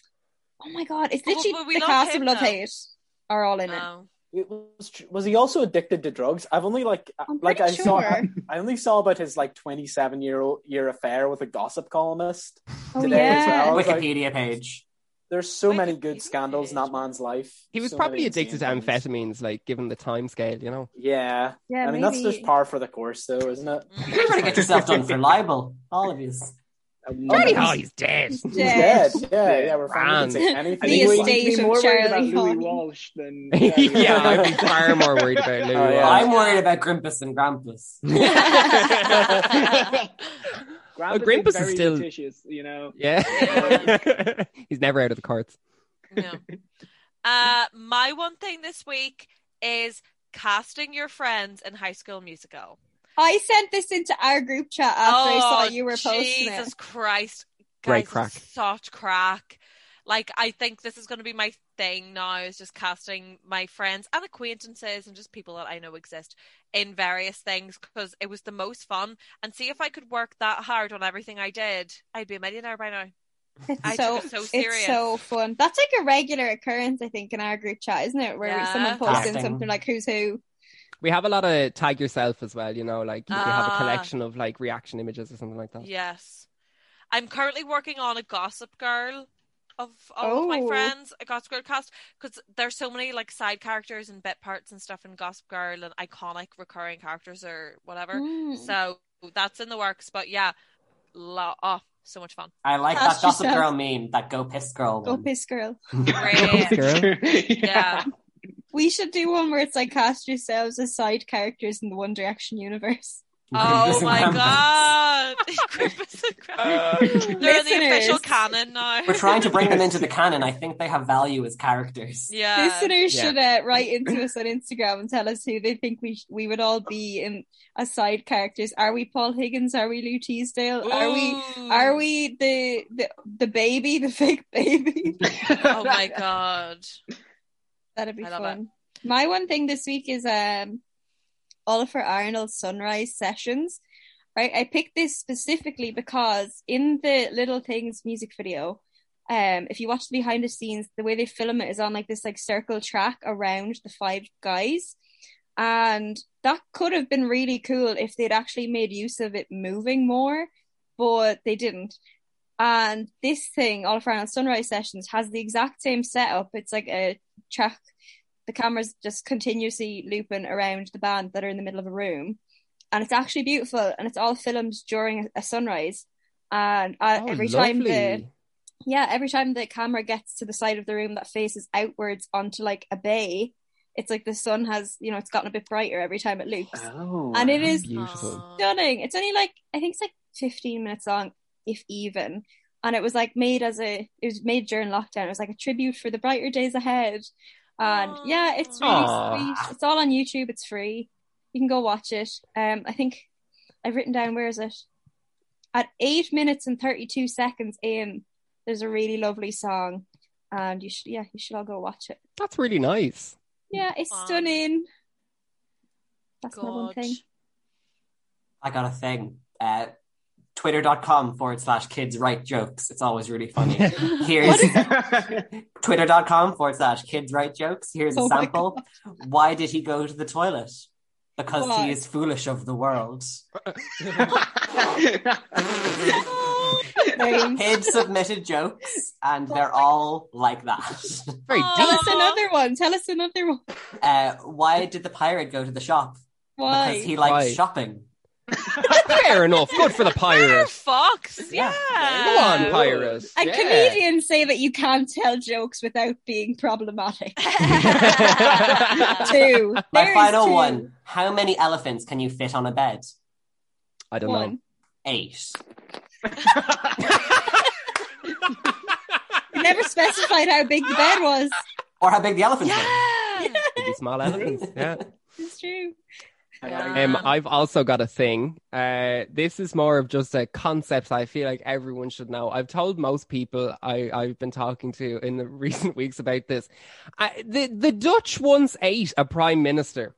Oh my god, it's
But-
literally
but we
the
love
cast
him,
of Love
though.
Hate are all in
Oh.
It was, tr- was he also addicted to drugs? I've only like like I
pretty
saw
sure.
I only saw about his like twenty seven year old year affair with a gossip columnist
Oh,
today as
yeah.
well. It's like,
Wikipedia page.
there's so many good scandals in that man's life.
He was
So
probably
many
addicted to
insane things.
amphetamines, like given the time scale, you know.
Yeah,
Yeah,
I mean that's
maybe-
just par for the course, though, isn't it?
You're trying to get yourself done for libel, all of you.
Charlie Hawkey's Oh, dead.
He's dead. Yeah, yeah, we're
Ran.
finally saying anything.
I think we need to be more worried about
Charlie
Louis
Hawkey.
Walsh than uh,
yeah, I'd be far more worried about Lou.
Oh, yeah.
Walsh.
I'm worried about Grimpus and Grampus.
mm.
Oh, Grimpus is
very
still-
litigious, you know.
Yeah. He's never out of the cards.
Uh, my one thing this week is casting your friends in High School Musical.
I sent this into our group chat after I saw you were posting
Oh, Jesus
it.
Christ,
Great
guys,
crack.
it's such crack. Like I think this is going to be my thing now is just casting my friends and acquaintances and just people that I know exist in various things because it was the most fun. And see if I could work that hard on everything I did, I'd be a millionaire by now.
It's
I
so,
took it so
it's
serious.
so fun. That's like a regular occurrence, I think, in our group chat, isn't it? Where
Yeah.
someone posts in
Casting.
something like "Who's who."
We have a lot of tag yourself as well, you know, like if you have a
Ah.
collection of like reaction images or something like that.
Yes. I'm currently working on a Gossip Girl of all of my
Oh.
friends, a Gossip Girl cast, because there's so many like side characters and bit parts and stuff in Gossip Girl and iconic recurring characters or whatever.
Mm.
So that's in the works, but yeah, lo- oh, so much fun.
I like
Cast
that Gossip
yourself.
Girl meme, that Go Piss Girl
Go
one.
piss, girl.
Great. yeah.
We should do one where it's like cast yourselves as side characters in the One Direction universe.
Oh my god. Grimpus and Grampus. They're in the official
Listeners.
canon now.
We're trying to bring them into the canon. I think they have value as characters.
Yeah.
Listeners
Yeah.
should uh, write into us on Instagram and tell us who they think we sh- we would all be in as side characters. Are we Paul Higgins? Are we Lou Teasdale? Are we are we the, the the baby, the fake baby?
Oh my god.
That'd be
I love
fun. My one thing this week is um Oliver Arnold's Sunrise Sessions. Right, I picked this specifically because in the Little Things music video, um, if you watch the behind the scenes, the way they film it is on like this like circle track around the five guys, and that could have been really cool if they'd actually made use of it moving more, but they didn't. And this thing, Oliver Arnold Sunrise Sessions, has the exact same setup. It's like a track the camera's just continuously looping around the band that are in the middle of a room and it's actually beautiful, and it's all filmed during a sunrise. And uh,
Oh,
every time the
lovely.
yeah, every time the camera gets to the side of the room that faces outwards onto like a bay, it's like the sun has you know it's gotten a bit brighter every time it loops,
Oh,
and it is
beautiful.
Oh
stunning. It's only like I think it's like 15 minutes long, if even. And it was like made as a it was made during lockdown. It was like a tribute for the brighter days ahead. And yeah, it's really
Aw.
sweet. It's all on YouTube. It's free. You can go watch it. Um, I think I've written down where is it? At eight minutes and 32 seconds in, there's a really lovely song, and you should yeah you should all go watch it.
That's really nice.
Yeah, it's stunning. That's my one thing.
I got a thing. Uh, Twitter.com forward slash kids write jokes. It's always really funny. Here's Twitter.com forward slash kids write jokes. Here's
Oh
a
my
sample. Why did he go to the toilet? Because
Why?
he is foolish of the world. Kids submitted jokes, and they're all like that.
Very
Tell us another one. Tell us another one.
Uh, why did the pirate go to the shop?
Why?
Because he likes
Why?
shopping.
Fair enough. Good for the pirate.
Ah, Fox, yeah.
Go on, pirate.
And
Yeah.
comedians say that you can't tell jokes without being problematic. two.
My
There is
final
two.
one. How many elephants can you fit on a bed?
I
don't know. One.
Eight.
You never specified how big the bed was.
Or how big the elephant
Could be small elephants. Yeah.
It's true.
Um, I've also got a thing. Uh, this is more of just a concept I feel like everyone should know. I've told most people I, I've been talking to in the recent weeks about this. I, the the Dutch once ate a prime minister.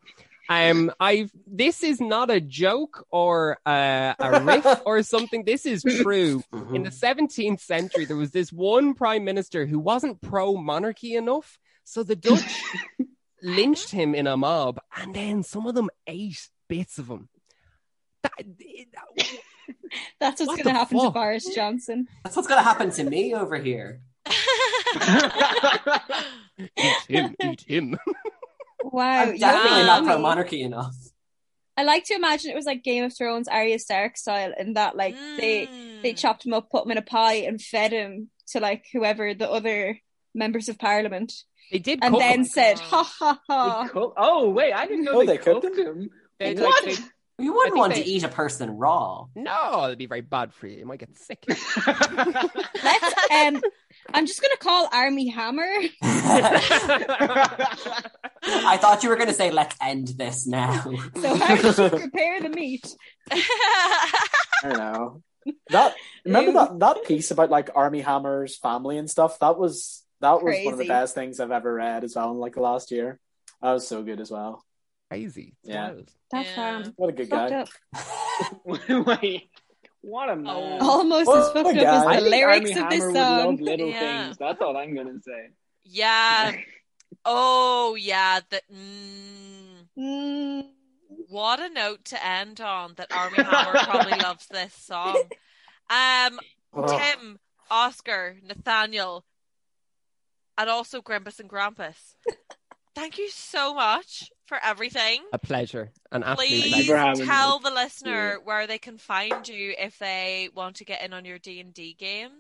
Um, I've this is not a joke or uh, a riff or something. This is true. In the 17th century, there was this one prime minister who wasn't pro monarchy enough, so the Dutch lynched him in a mob, and then some of them ate bits of him.
That's what's going
What the
to happen to
fuck?
Boris Johnson.
That's what's gonna happen to me over here.
Eat him, eat him.
Wow.
I'm definitely not
yummy.
pro monarchy enough.
I like to imagine it was like Game of Thrones, Arya Stark style, in that like they they
Mm.
Mm.
chopped him up, put him in a pie, and fed him to like whoever the other members of Parliament.
They did,
and
cook
then
him.
said, "Ha ha ha."
Cook- oh wait, I didn't know
Oh,
they,
they
cooked,
cooked
him.
They-
Like,
What?
they-
You
I
wouldn't
think
want
they-
to eat a person raw.
No, it'd be very bad for you. You might get sick.
Let's. Um, I'm just gonna call Army Hammer.
I thought you were gonna say let's end this now.
So how did you prepare the meat?
I don't know. That remember that that piece about like Army Hammer's family and stuff. That was that was one of the
Crazy.
best things I've ever read as well. In like the last year, that was so good as well.
Crazy.
Yeah.
That's um,
What a good
fucked
guy.
up.
Wait, what a man.
Almost as fucked up as the
Oh, I think
lyrics
Armie
of this
Hammer would
song.
love little
Yeah.
things. That's all I'm gonna say.
Yeah. Oh, yeah. That. Mm. What a note to end on. That Army Hammer probably loves this song. Um,
Oh.
Tim, Oscar, Nathaniel, and also Grimpus and Grampus. Thank you so much for everything.
A pleasure. An absolute
Please
pleasure.
tell the listener where they can find you if they want to get in on your D and D games.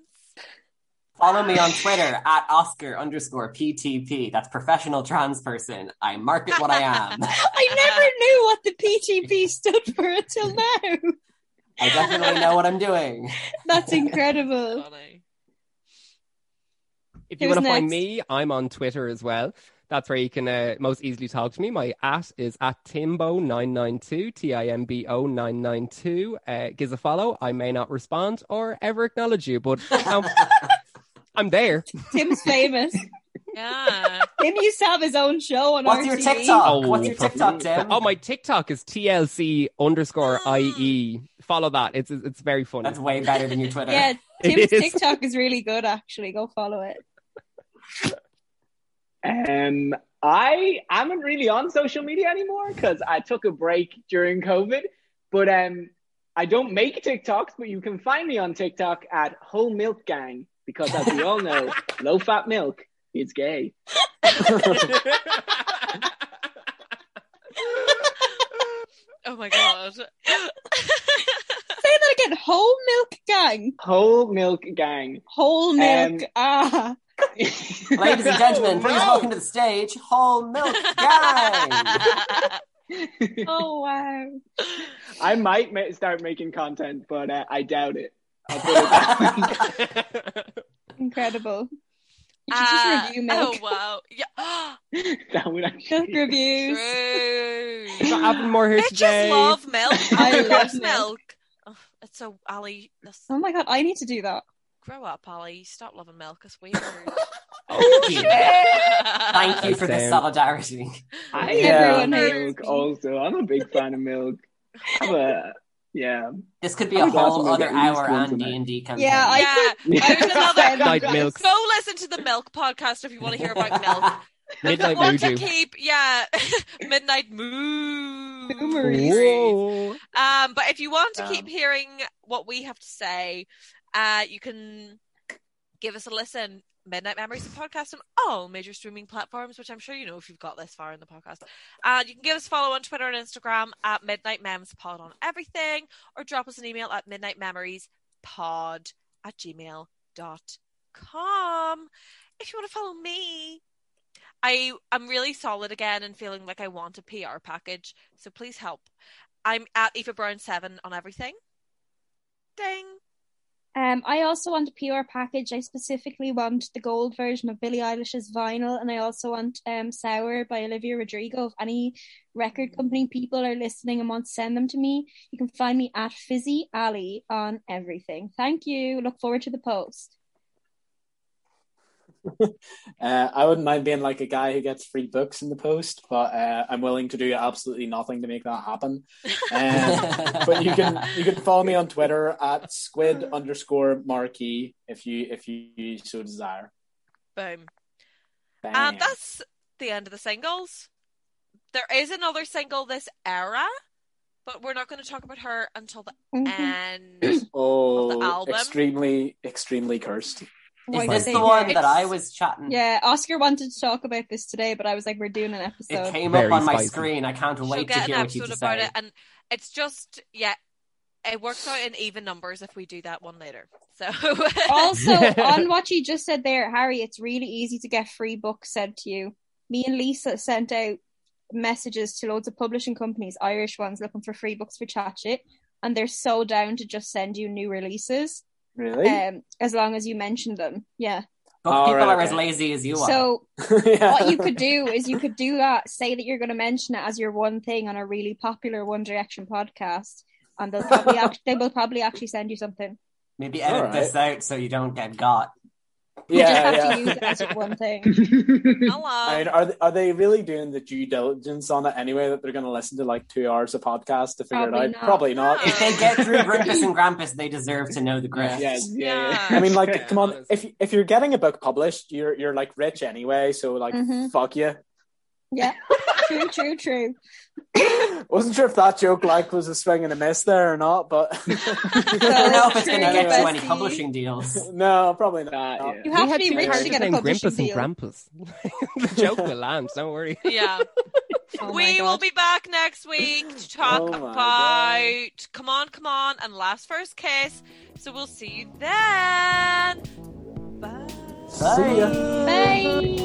Follow me on Twitter at Oscar underscore PTP. That's professional trans person. I market what I am.
I never knew what the PTP stood for until now.
I definitely know what I'm doing.
That's incredible.
If you
Who's
want to find
next?
me, I'm on Twitter as well. That's where you can uh, most easily talk to me. My at is at Timbo992, T I M B O 992. Uh, give us a follow. I may not respond or ever acknowledge you, but um, I'm there.
Tim's famous.
Yeah.
Tim used to have his own show on E.
What's
RTV.
your TikTok?
Oh,
What's your
for-
TikTok, Tim?
Oh, my TikTok is TLC underscore IE. Follow that. It's it's very funny.
That's way better than your Twitter.
Yeah, Tim's
It is.
TikTok is really good. Actually, go follow it.
Um, I am not really on social media anymore because I took a break during COVID. But um, I don't make TikToks, but you can find me on TikTok at Whole Milk Gang because, as we all know, low fat milk is gay.
Oh my god.
Say that again. Whole milk gang.
Whole milk gang.
Whole milk.
Um,
ah.
Ladies and gentlemen, please welcome to the stage Whole Milk Gang.
oh wow.
I might ma- start making content, but uh, I doubt it.
Incredible. You should just review milk.
Oh wow. Yeah.
That would actually.
Milk reviews.
True.
Not happening more here
Bitches
today.
love milk.
I
I
love
love
milk.
milk. Oh, that's so Ali. That's,
Oh my god, I need to do that.
grow up, Ali. Stop loving milk. It's weird.
Oh,
Thank you for the
Damn.
solidarity.
I
Everyone
am
hates
milk. Also, I'm a big fan of milk. I'm a yeah.
This could be
I
a
Oh
would love
whole
to make
other
at least
hour
once a
and
night.
D and D campaign.
Yeah, I
Yeah.
could. I would love that.
Night milk.
Go listen to the milk podcast if you want to hear about milk.
Midnight
Want to
Mojo.
keep, yeah, midnight moo.
Boomeries.
Whoa.
Um, but if you want to
Um,
keep hearing what we have to say, uh, you can give us a listen. Midnight Memories, the podcast on all major streaming platforms, which I'm sure you know if you've got this far in the podcast. Uh, you can give us a follow on Twitter and Instagram at Midnight Mems Pod on everything, or drop us an email at Midnight Memories Pod at gmail.com. If you want to follow me, I am really solid again and feeling like I want a PR package, so please help. I'm at Eva Brown Seven on everything. Ding.
Um, I also want a PR package. I specifically want the gold version of Billie Eilish's vinyl, and I also want um, "Sour" by Olivia Rodrigo. If any record company people are listening and want to send them to me, you can find me at Fizzy Alley on everything. Thank you. Look forward to the post.
Uh, I wouldn't mind being like a guy who gets free books in the post, but uh, I'm willing to do absolutely nothing to make that happen. Um, but you can you can follow me on Twitter at squid underscore marquee if you if you so desire.
Boom.
Bam.
And Ah, that's the end of the singles. There is another single this era, but we're not going to talk about her until the
Mm-hmm.
end. of the
oh,
album.
extremely extremely cursed.
Why
Is
did
this
they
the one
get-
that I was chatting?
Yeah, Oscar wanted to talk about this today, but I was like, we're doing an
It
episode.
came
Very
up on my
spicy.
screen. I can't
She'll
wait to
get an
hear what you
episode
just
about
say.
it, and it's just yeah, it works out in even numbers if we do that one later. So
also, on what you just said there, Harry, it's really easy to get free books sent to you. Me and Lisa sent out messages to loads of publishing companies, Irish ones, looking for free books for chat shit, and they're so down to just send you new releases,
Really?
um, as long as you mention them. Yeah.
Book
All
people
right,
are as
okay.
lazy as you are.
So
Yeah.
what you could do is you could do that. Say that you're going to mention it as your one thing on a really popular One Direction podcast, and they'll probably act- they will probably actually send you something.
Maybe edit
All right.
this out so you don't get got.
You just have
yeah,
to use
yeah.
it as your one thing.
hello.
I mean, are they, are they really doing the due diligence on it anyway? That they're going to listen to like two hours of podcast to figure
Probably
it out?
not.
Probably not.
If they get through Grumpus and Grampus, they deserve to know the
Yeah.
grift.
Yes, yeah, yeah.
I mean, like,
Yeah,
come on.
honestly.
If if you're getting a book published, you're you're like rich anyway. So like,
Mhm.
fuck you.
Yeah, true, true, true.
Wasn't sure if that joke like was a swing and a miss there or not, but
I don't know if it's
True
going to get you any
bestie.
publishing deals.
no, probably not.
That, yeah.
You
We
have to
had
be
two
rich to
characters
get a
named
publishing
Grimpus and
deal.
Grampus. the joke will land, don't worry.
Yeah.
Oh my
we
God.
will be back next week to talk
Oh my
about Come On, Come On and Last First Kiss. So we'll see you then. Bye.
Oh
See ya.
Bye.
Oh,